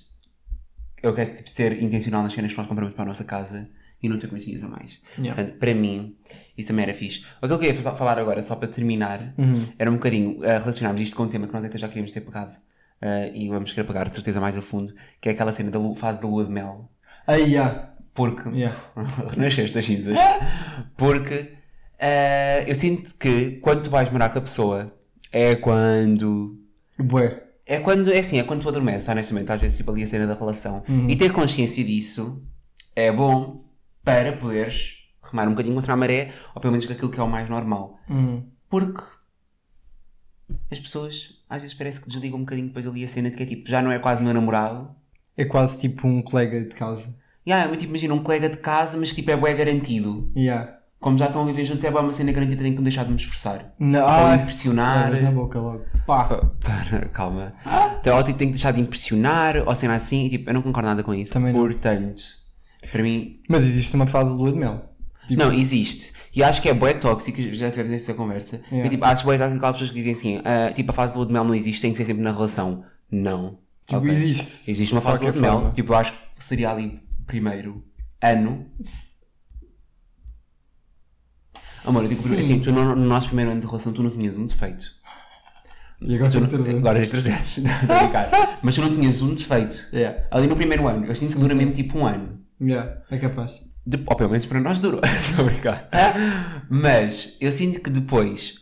eu quero tipo, ser intencional nas cenas que nós compramos para a nossa casa e não ter coisinhas a mais.
Yeah.
Portanto, para mim, isso também era fixe. Aquilo que eu ia fa- falar agora, só para terminar,
Uhum.
era um bocadinho ah, relacionarmos isto com um tema que nós até já queríamos ter pegado. ah, e vamos querer pegar de certeza mais a fundo, que é aquela cena da lu- fase da lua de mel.
Aí, yeah.
Porque
Yeah.
renasceste das cinzas. Porque eh, eu sinto que quando tu vais morar com a pessoa é quando.
Bué.
É quando. É assim, é quando tu adormeces, honestamente, às vezes tipo ali a cena da relação.
Uhum.
E ter consciência disso é bom para poderes remar um bocadinho contra a maré, ou pelo menos com aquilo que é o mais normal.
Uhum.
Porque as pessoas às vezes parece que desligam um bocadinho depois ali a cena de que é tipo, já não é quase meu namorado.
É quase tipo um colega de casa.
E ah, eu, tipo, imagina um colega de casa, mas que tipo é bué garantido.
Yeah.
Como já estão a viver juntos, é bué uma cena garantida, tenho que me deixar de me esforçar.
Não,
Ou
ah,
impressionar. é
levas na boca logo. Pá.
Para, Oh, calma. Então, ou tipo, tenho que deixar de impressionar, ou cena assim, e tipo, eu não concordo nada com isso.
Também não.
Portanto, para mim,
Mas existe uma fase de lua de mel. Tipo,
não, existe. E acho que é bué tóxico, já tivemos essa conversa.
Yeah.
Eu tipo, acho bué tóxico aquelas pessoas que dizem assim, ah, tipo, a fase de lua de mel não existe, tem que ser sempre na relação. Não.
tipo,
Ok.
existe.
Existe uma fase de lua de mel, tipo, eu acho que seria ali primeiro ano. Amor, eu digo
Sim.
assim, tu no, no nosso primeiro ano de relação tu não tinhas um defeito.
E agora um.
Tu
tem
não-
300.
Agora tens 300. Não, tô a brincar. Mas tu não tinhas um defeito.
Yeah.
Ali no primeiro ano, eu sinto que
Sim,
dura
sim.
mesmo tipo um ano.
Yeah. É capaz.
De, ou pelo menos para nós durou. Estou a brincar.
É?
Mas eu sinto que depois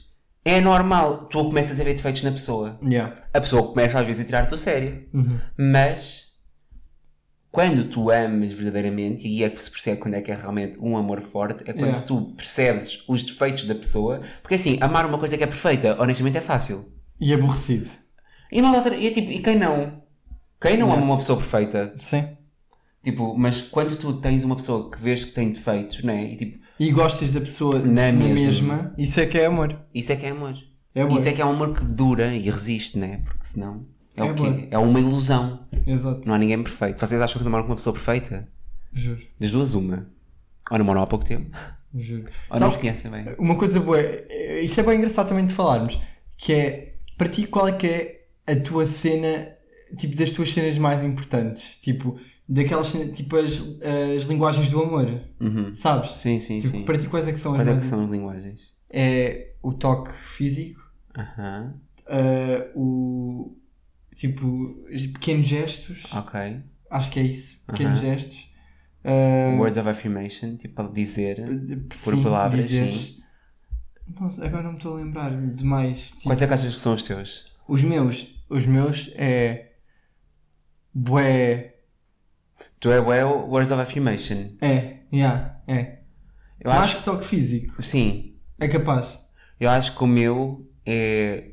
é normal, tu começas a ver defeitos na pessoa.
Yeah.
A pessoa começa às vezes a tirar-te a sério.
Uhum.
Mas quando tu amas verdadeiramente, e é que se percebe quando é que é realmente um amor forte, é quando
Yeah.
tu percebes os defeitos da pessoa. Porque assim, amar uma coisa que é perfeita, honestamente, é fácil.
E aborrecido.
E, não dá tra- e, é tipo, e quem não? Quem não ama uma pessoa perfeita?
Sim.
Tipo, mas quando tu tens uma pessoa que vês que tem defeitos, não é? E tipo,
E gostas da pessoa
Na
na mesma.
mesma.
Isso é que é amor.
isso é que é amor.
É amor.
Isso é que é um amor que dura e resiste, não é? Porque senão é,
É
o quê?
amor.
É uma ilusão.
Exato.
Não há ninguém perfeito. Se vocês acham que namoram com uma pessoa perfeita,
Juro.
das duas, uma. Ou namoram há pouco tempo,
Juro.
ou não
Sabes
os conhecem bem.
Uma coisa boa, eh, isto é bem engraçado também de falarmos, que é, para ti qual é que é a tua cena, tipo, das tuas cenas mais importantes? Tipo, daquelas cenas, tipo, as, as linguagens do amor,
Uhum.
sabes?
Sim, sim,
Tipo,
sim.
para ti quais é que são as
Quais é
mais
que são as linguagens?
É o toque físico,
Aham,
ah, o, tipo, os pequenos gestos,
ok.
acho que é isso, pequenos
Aham.
gestos. ah,
Words of affirmation, tipo, para dizer.
sim,
palavras,
dizeres. Nossa, agora não me estou a lembrar de mais. tipo,
Quais é que achas que são os teus?
Os meus, Os meus é. Bué.
Tu é well, Words of Affirmation.
É, yeah, é.
Eu
acho...
acho,
que toque físico.
sim,
É capaz.
eu acho que o meu é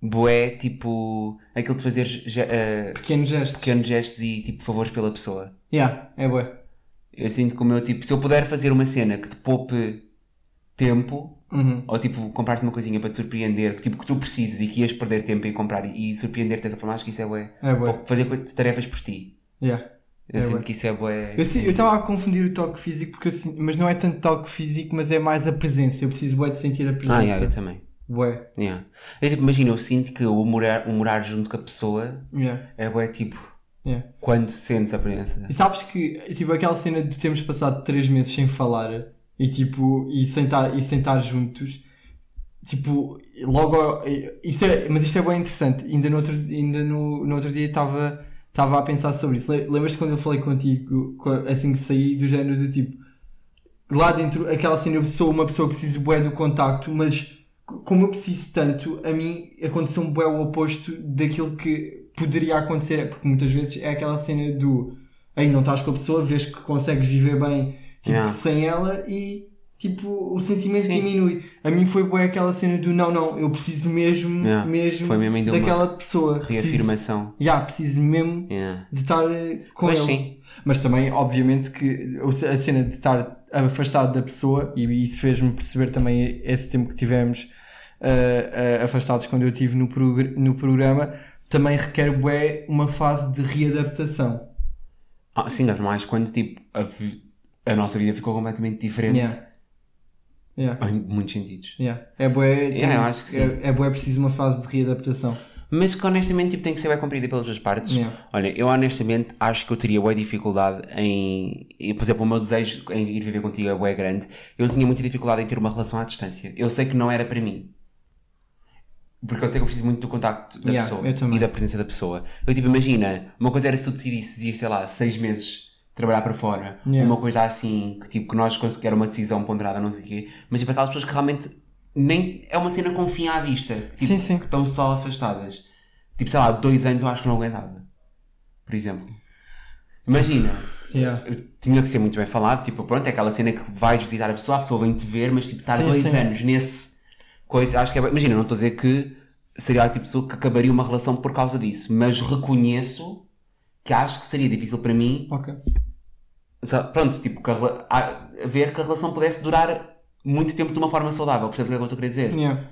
bué, tipo, aquilo de fazer ge- eh,
Pequeno gesto.
pequenos gestos e tipo favores pela pessoa.
Yeah, é bué.
Eu sinto que o meu, tipo, se eu puder fazer uma cena que te poupe tempo,
Uhum.
ou tipo, comprar-te uma coisinha para te surpreender, que, tipo, que tu precisas e que ias perder tempo em comprar e, e surpreender-te dessa forma, acho que isso é bué.
É bué.
Ou fazer co- tarefas por ti.
Yeah.
Eu
É
sinto
bué.
que isso é bué.
Eu si- eu estava a confundir o toque físico, porque eu sin- mas não é tanto toque físico, mas é mais a presença. Eu preciso bué de sentir a presença.
Ah, yeah, eu também.
Bué.
Yeah. Eu, tipo, imagina, eu sinto que o morar, o morar junto com a pessoa
Yeah.
é bué tipo.
Yeah.
Quando sentes a presença.
E sabes que, tipo, aquela cena de termos passado 3 meses sem falar e, tipo, e sentar, e sentar juntos, tipo, logo. ao- Isto é, mas isto é bem interessante. Ainda no outro, ainda no, no outro dia estava estava a pensar sobre isso. Le- Lembras-te quando eu falei contigo, co- assim que saí, do género do tipo. lá dentro, aquela cena, eu sou uma pessoa que preciso bué do contacto, mas c- como eu preciso tanto, a mim aconteceu um bué o oposto daquilo que poderia acontecer, porque muitas vezes é aquela cena do aí não estás com a pessoa, vês que consegues viver bem tipo,
Yeah.
sem ela e tipo o sentimento
Sim.
diminui. A mim foi bué aquela cena do não, não, eu preciso mesmo,
Yeah.
mesmo,
Foi mesmo ainda uma
daquela pessoa. é Preciso,
Reafirmação.
yeah, preciso mesmo
Yeah.
de estar eh, com
Mas
ele.
sim.
Mas também, obviamente, que o- a cena de estar afastado da pessoa, e isso fez-me perceber também esse tempo que tivemos ah, ah, afastados quando eu estive no, progr- no programa, também requer bué, uma fase de readaptação.
Ah, sim, mas mais quando tipo, a, vi- a nossa vida ficou completamente diferente.
Yeah. Yeah.
Em muitos sentidos.
Yeah. É bué,
Yeah,
tem-
eu acho que sim.
é, é bué preciso uma fase de readaptação.
Mas que honestamente tipo, tem que ser bem compreendida pelas duas partes.
Yeah.
Olha, eu honestamente acho que eu teria boa dificuldade em. e, Por exemplo, o meu desejo em ir viver contigo é bué grande. Eu tinha muita dificuldade em ter uma relação à distância. Eu sei que não era para mim. Porque eu sei que eu preciso muito do contacto da
Yeah,
pessoa
eu também.
e da presença da pessoa. Eu tipo, imagina, uma coisa era se tu decidisses ir, sei lá, seis meses trabalhar para fora.
Yeah.
Uma coisa assim, que tipo, que nós conseguimos era uma decisão ponderada, não sei o quê. Mas tipo, aquelas pessoas que realmente nem. É uma cena com fim à vista. Tipo,
Sim, sim.
que estão só afastadas. Tipo, sei lá, dois anos eu acho que não aguentava. Por exemplo. Imagina,
Yeah.
eu tinha que ser muito bem falado, tipo, pronto, é aquela cena que vais visitar a pessoa, a pessoa vem te ver, mas tipo, estar
Sim,
dois
sim.
anos nesse coisa, acho que é. bem- Imagina, não estou a dizer que seria a tipo de pessoa que acabaria uma relação por causa disso, mas reconheço que acho que seria difícil para mim,
Ok.
só- pronto, tipo, que a rela- a- ver que a relação pudesse durar muito tempo de uma forma saudável, percebes o que é que eu estou a querer dizer?
Yeah.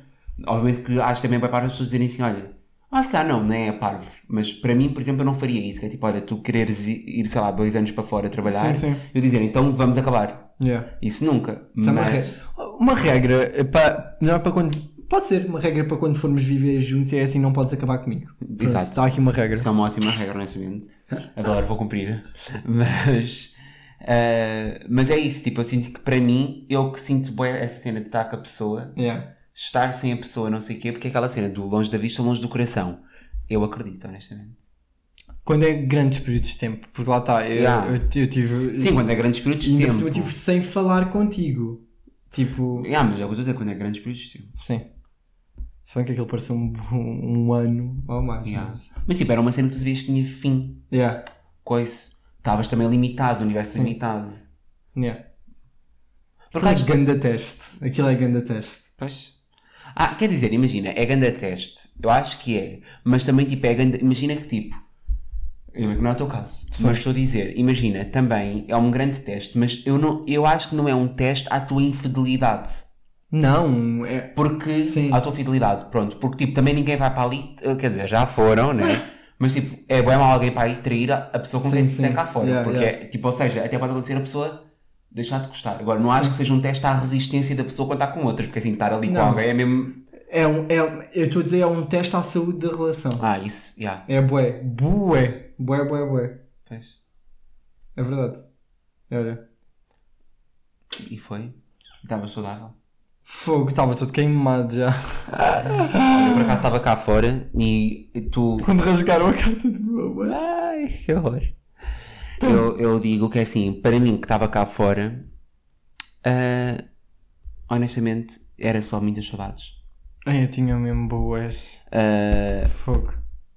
Obviamente que acho também bem para as pessoas dizerem assim, olha, acho que ah, não, não é parvo. Mas para mim, por exemplo, eu não faria isso. Que é tipo, olha, tu quereres i- ir, sei lá, dois anos para fora trabalhar,
Sim, sim.
eu dizer, então vamos acabar.
Yeah.
Isso nunca.
Isso é uma,
Mas-
re- uma regra eh, para. Não é para quando. Pode ser uma regra para quando formos viver juntos e é assim, não podes acabar comigo. Pronto,
Exato.
Está aqui uma regra.
Isso é uma ótima regra, honestamente. Adoro, vou cumprir. Mas. ah, mas é isso, tipo, eu sinto que para mim, eu que sinto bem essa cena de estar com a pessoa,
Yeah.
estar sem a pessoa, não sei o quê, porque é aquela cena do longe da vista, longe do coração. Eu acredito, honestamente.
Quando é grandes períodos de tempo, porque lá está, eu,
Yeah.
eu, eu tive.
Sim, quando é grandes períodos de
ainda por
tempo.
cima tipo, eu tive sem falar contigo. Tipo,
Ah, mas alguns vezes é quando é grandes períodos de tempo.
sim. Se bem que aquilo pareceu um, um ano ou mais.
Yeah.
mas-
Mas tipo, era uma cena que tu sabias que tinha fim.
Yeah.
Coisa. Estavas também limitado, o universo
Sim.
limitado.
Yeah.
Por
Aquilo é
acaso-
ganda teste. Aquilo é ganda teste.
Pois. Ah, quer dizer, imagina, é ganda teste. Eu acho que é. Mas também tipo, é ganda. Imagina que tipo. Eu, não é o teu caso. Mas estou a dizer, imagina, também é um grande teste, mas eu, não, eu acho que não é um teste à tua infidelidade.
Não, é.
Porque
Sim.
à tua fidelidade, pronto, porque tipo, também ninguém vai para ali, eh, quer dizer, já foram, né? Mas tipo, é bom mal alguém para aí trair a a pessoa com
Sim,
quem se
sim.
tem cá fora.
Yeah,
porque
yeah.
é tipo, ou seja, até pode acontecer a pessoa deixar de gostar. Agora, não acho que seja um teste à resistência da pessoa quando está com outras, porque assim, estar ali com
Não.
alguém é mesmo.
é, um, é um- eu estou a dizer, é um teste à saúde da relação.
Ah, isso, já.
É bué. Bué. Bué, bué, bué.
Fez.
É verdade. É, Olha.
E foi. Estava saudável.
Fogo, estava todo queimado já. Ah.
Eu por acaso estava cá fora e tu.
Quando rasgaram a carta do meu amor.
Ai, que horror. Eu, eu digo que é assim, para mim que estava cá fora, ah, honestamente, era só muitas saudades.
Ai, eu tinha mesmo boas.
Ah,
Fogo.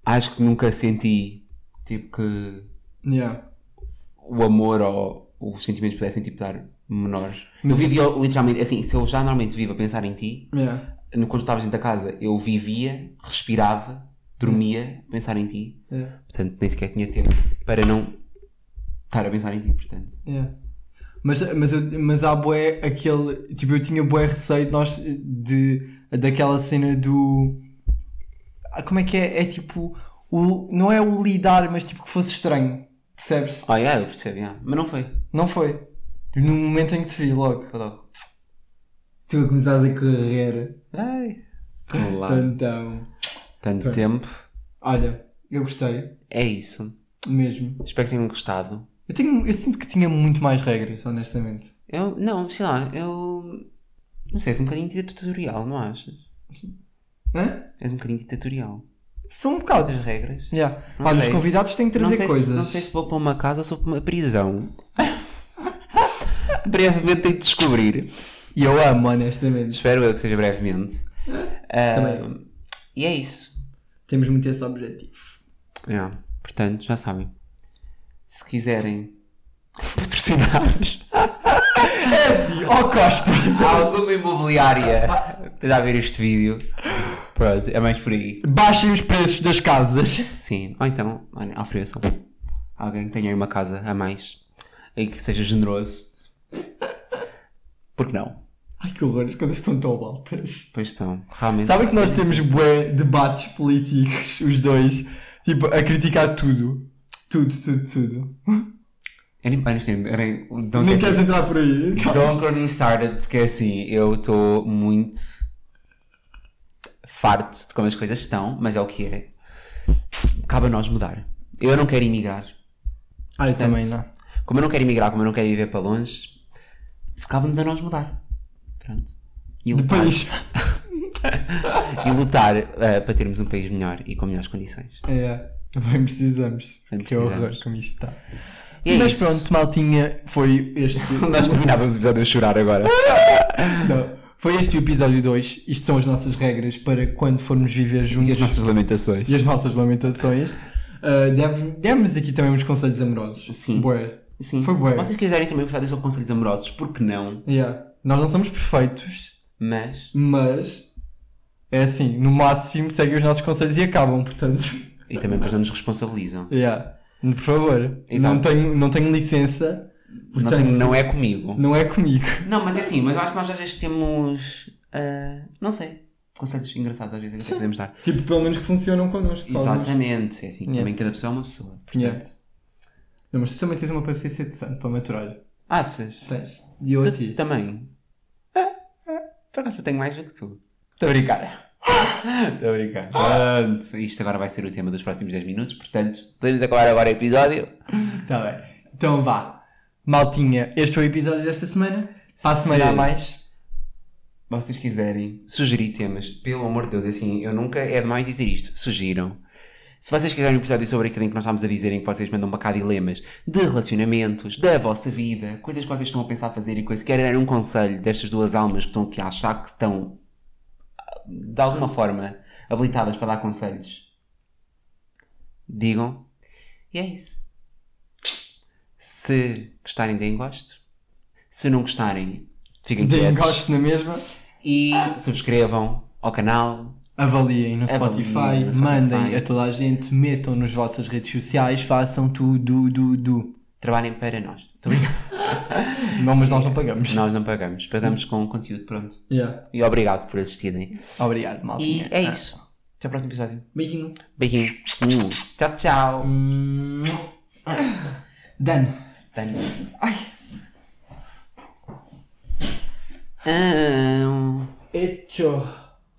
acho que nunca senti tipo que
Yeah.
o amor ou os sentimentos pudessem tipo dar menores. Eu vivia literalmente, assim, se eu já normalmente vivo a pensar em ti,
Yeah.
no- quando tu estavas dentro da casa, eu vivia, respirava, dormia, a pensar em ti,
Yeah.
portanto nem sequer tinha tempo para não estar a pensar em ti, portanto.
Yeah. Mas, mas, eu- mas há boé aquele. Tipo, eu tinha boé receio de nós. De, daquela cena do. Ah, Como é que é? É tipo. O, não é o lidar, mas tipo que fosse estranho. Percebes?
Ah, yeah, eu percebo, yeah. mas não foi,
Não foi. No momento em que te vi, logo.
foi logo.
Tu começaste a correr.
Ai, olá, tanto,
Então. pronto.
tempo.
Olha, eu gostei.
É isso,
Mesmo.
espero que tenham gostado.
Eu, tenho, eu sinto que tinha muito mais regras, honestamente.
Eu, não, sei lá, eu. Não sei, és um bocadinho ditatorial, não achas?
Hã?
És um bocadinho ditatorial.
São um bocado.
As regras.
Yeah.
É. Não
Olha,
sei.
os convidados têm que trazer
não sei
coisas.
Se, não sei se vou para uma casa ou se vou para uma prisão. brevemente tenho de descobrir.
E eu amo, honestamente.
Espero eu que seja brevemente. Ah,
Também.
E é isso.
Temos muito esse objetivo.
Yeah. Portanto, já sabem. Se quiserem patrocinar-nos
É sim, ó Costa!
alguma imobiliária já ver este vídeo. Pronto, é mais por aí.
Baixem os preços das casas.
Sim. Ou então, olha, ofereçam alguém que tenha aí uma casa a mais e que seja generoso. Porque não?
Ai que horror, as coisas estão tão altas.
Pois são, realmente. é
Sabem que nós temos bué debates políticos, os dois, tipo, a criticar tudo. Tudo, tudo, tudo.
Eu nem- honestamente, eu nem- don't
Nem
get
queres
me-
entrar por aí? Calma.
don't get me started, porque assim, eu estou muito farto de como as coisas estão, mas é o que é. Cabe a nós mudar. Eu não quero emigrar.
Ah, eu também não.
Portanto, Como eu não quero emigrar, como eu não quero viver para longe, cabe-nos a nós mudar. Pronto. E
De
lutar,
país.
e lutar eh, para termos um país melhor e com melhores condições.
É, bem precisamos.
Bem
que horror
precisamos.
como isto tá. está.
E é
Mas
isso.
pronto, maltinha, foi este.
Nós terminávamos o episódio a chorar agora.
Não, foi este o episódio 2. Isto são as nossas regras para quando formos viver
E as
juntos
nossas lamentações.
e as nossas lamentações. Uh, deve- demos aqui também uns conselhos amorosos.
Sim.
Bué.
Sim.
Foi bué.
Se vocês quiserem também fazer sobre conselhos amorosos, por que não?
Yeah. Nós não somos perfeitos,
Mas,
mas é assim, no máximo seguem os nossos conselhos e acabam, portanto.
e também depois não nos responsabilizam.
Yeah. Por favor,
Exato.
não tenho, não tenho licença,
Não,
portanto,
tem- não é comigo.
não é comigo.
Não, mas é assim, mas eu acho que nós às vezes temos. ah, não sei. Conselhos engraçados às vezes é que
Sim.
podemos dar.
Tipo, pelo menos que funcionam connosco. pelo menos.
Exatamente. É assim,
Yeah.
também cada pessoa é uma pessoa. Portanto.
Yeah. Não, mas tu também tens uma paciência de santo para maturar.
Achas?
Tens. E eu a ti.
Tu também. Ah, ah, Por acaso eu tenho mais do que tu. Estou a brincar. Estou a brincar. Pronto. Isto agora vai ser o tema dos próximos 10 minutos, portanto, podemos acabar agora o episódio.
Tá bem. Então vá. Maltinha, este foi o episódio desta semana. Para a semana
Sim.
há mais.
vocês quiserem sugerir temas, pelo amor de Deus, é assim, eu nunca é demais dizer isto, sugiram. Se vocês quiserem um episódio sobre aquilo em que nós estamos a dizer, em que vocês mandam para cá dilemas de relacionamentos, da vossa vida, coisas que vocês estão a pensar fazer e coisas, se querem dar um conselho destas duas almas que estão aqui a achar que estão, de alguma forma, habilitadas para dar conselhos, digam. E é isso. Se gostarem, deem gosto. Se não gostarem, fiquem
Deem
quietos
gosto na mesma.
e subscrevam ao canal.
Avaliem no
Avaliem
Spotify,
no Spotify.
mandem a toda a gente, metam nas vossas redes sociais, façam tudo, do, do.
Trabalhem para nós. Tô brincando.
Não, mas nós não pagamos.
nós não pagamos. Pagamos com conteúdo pronto.
Yeah.
E obrigado por assistirem.
Obrigado,
E
maltinha. Ah,
é isso. Até ao próximo episódio.
Beijinho. Hum.
Beijinho. Tchau, tchau.
Ah. Dan.
Tchau.
Ai.
Ah.
Hecho.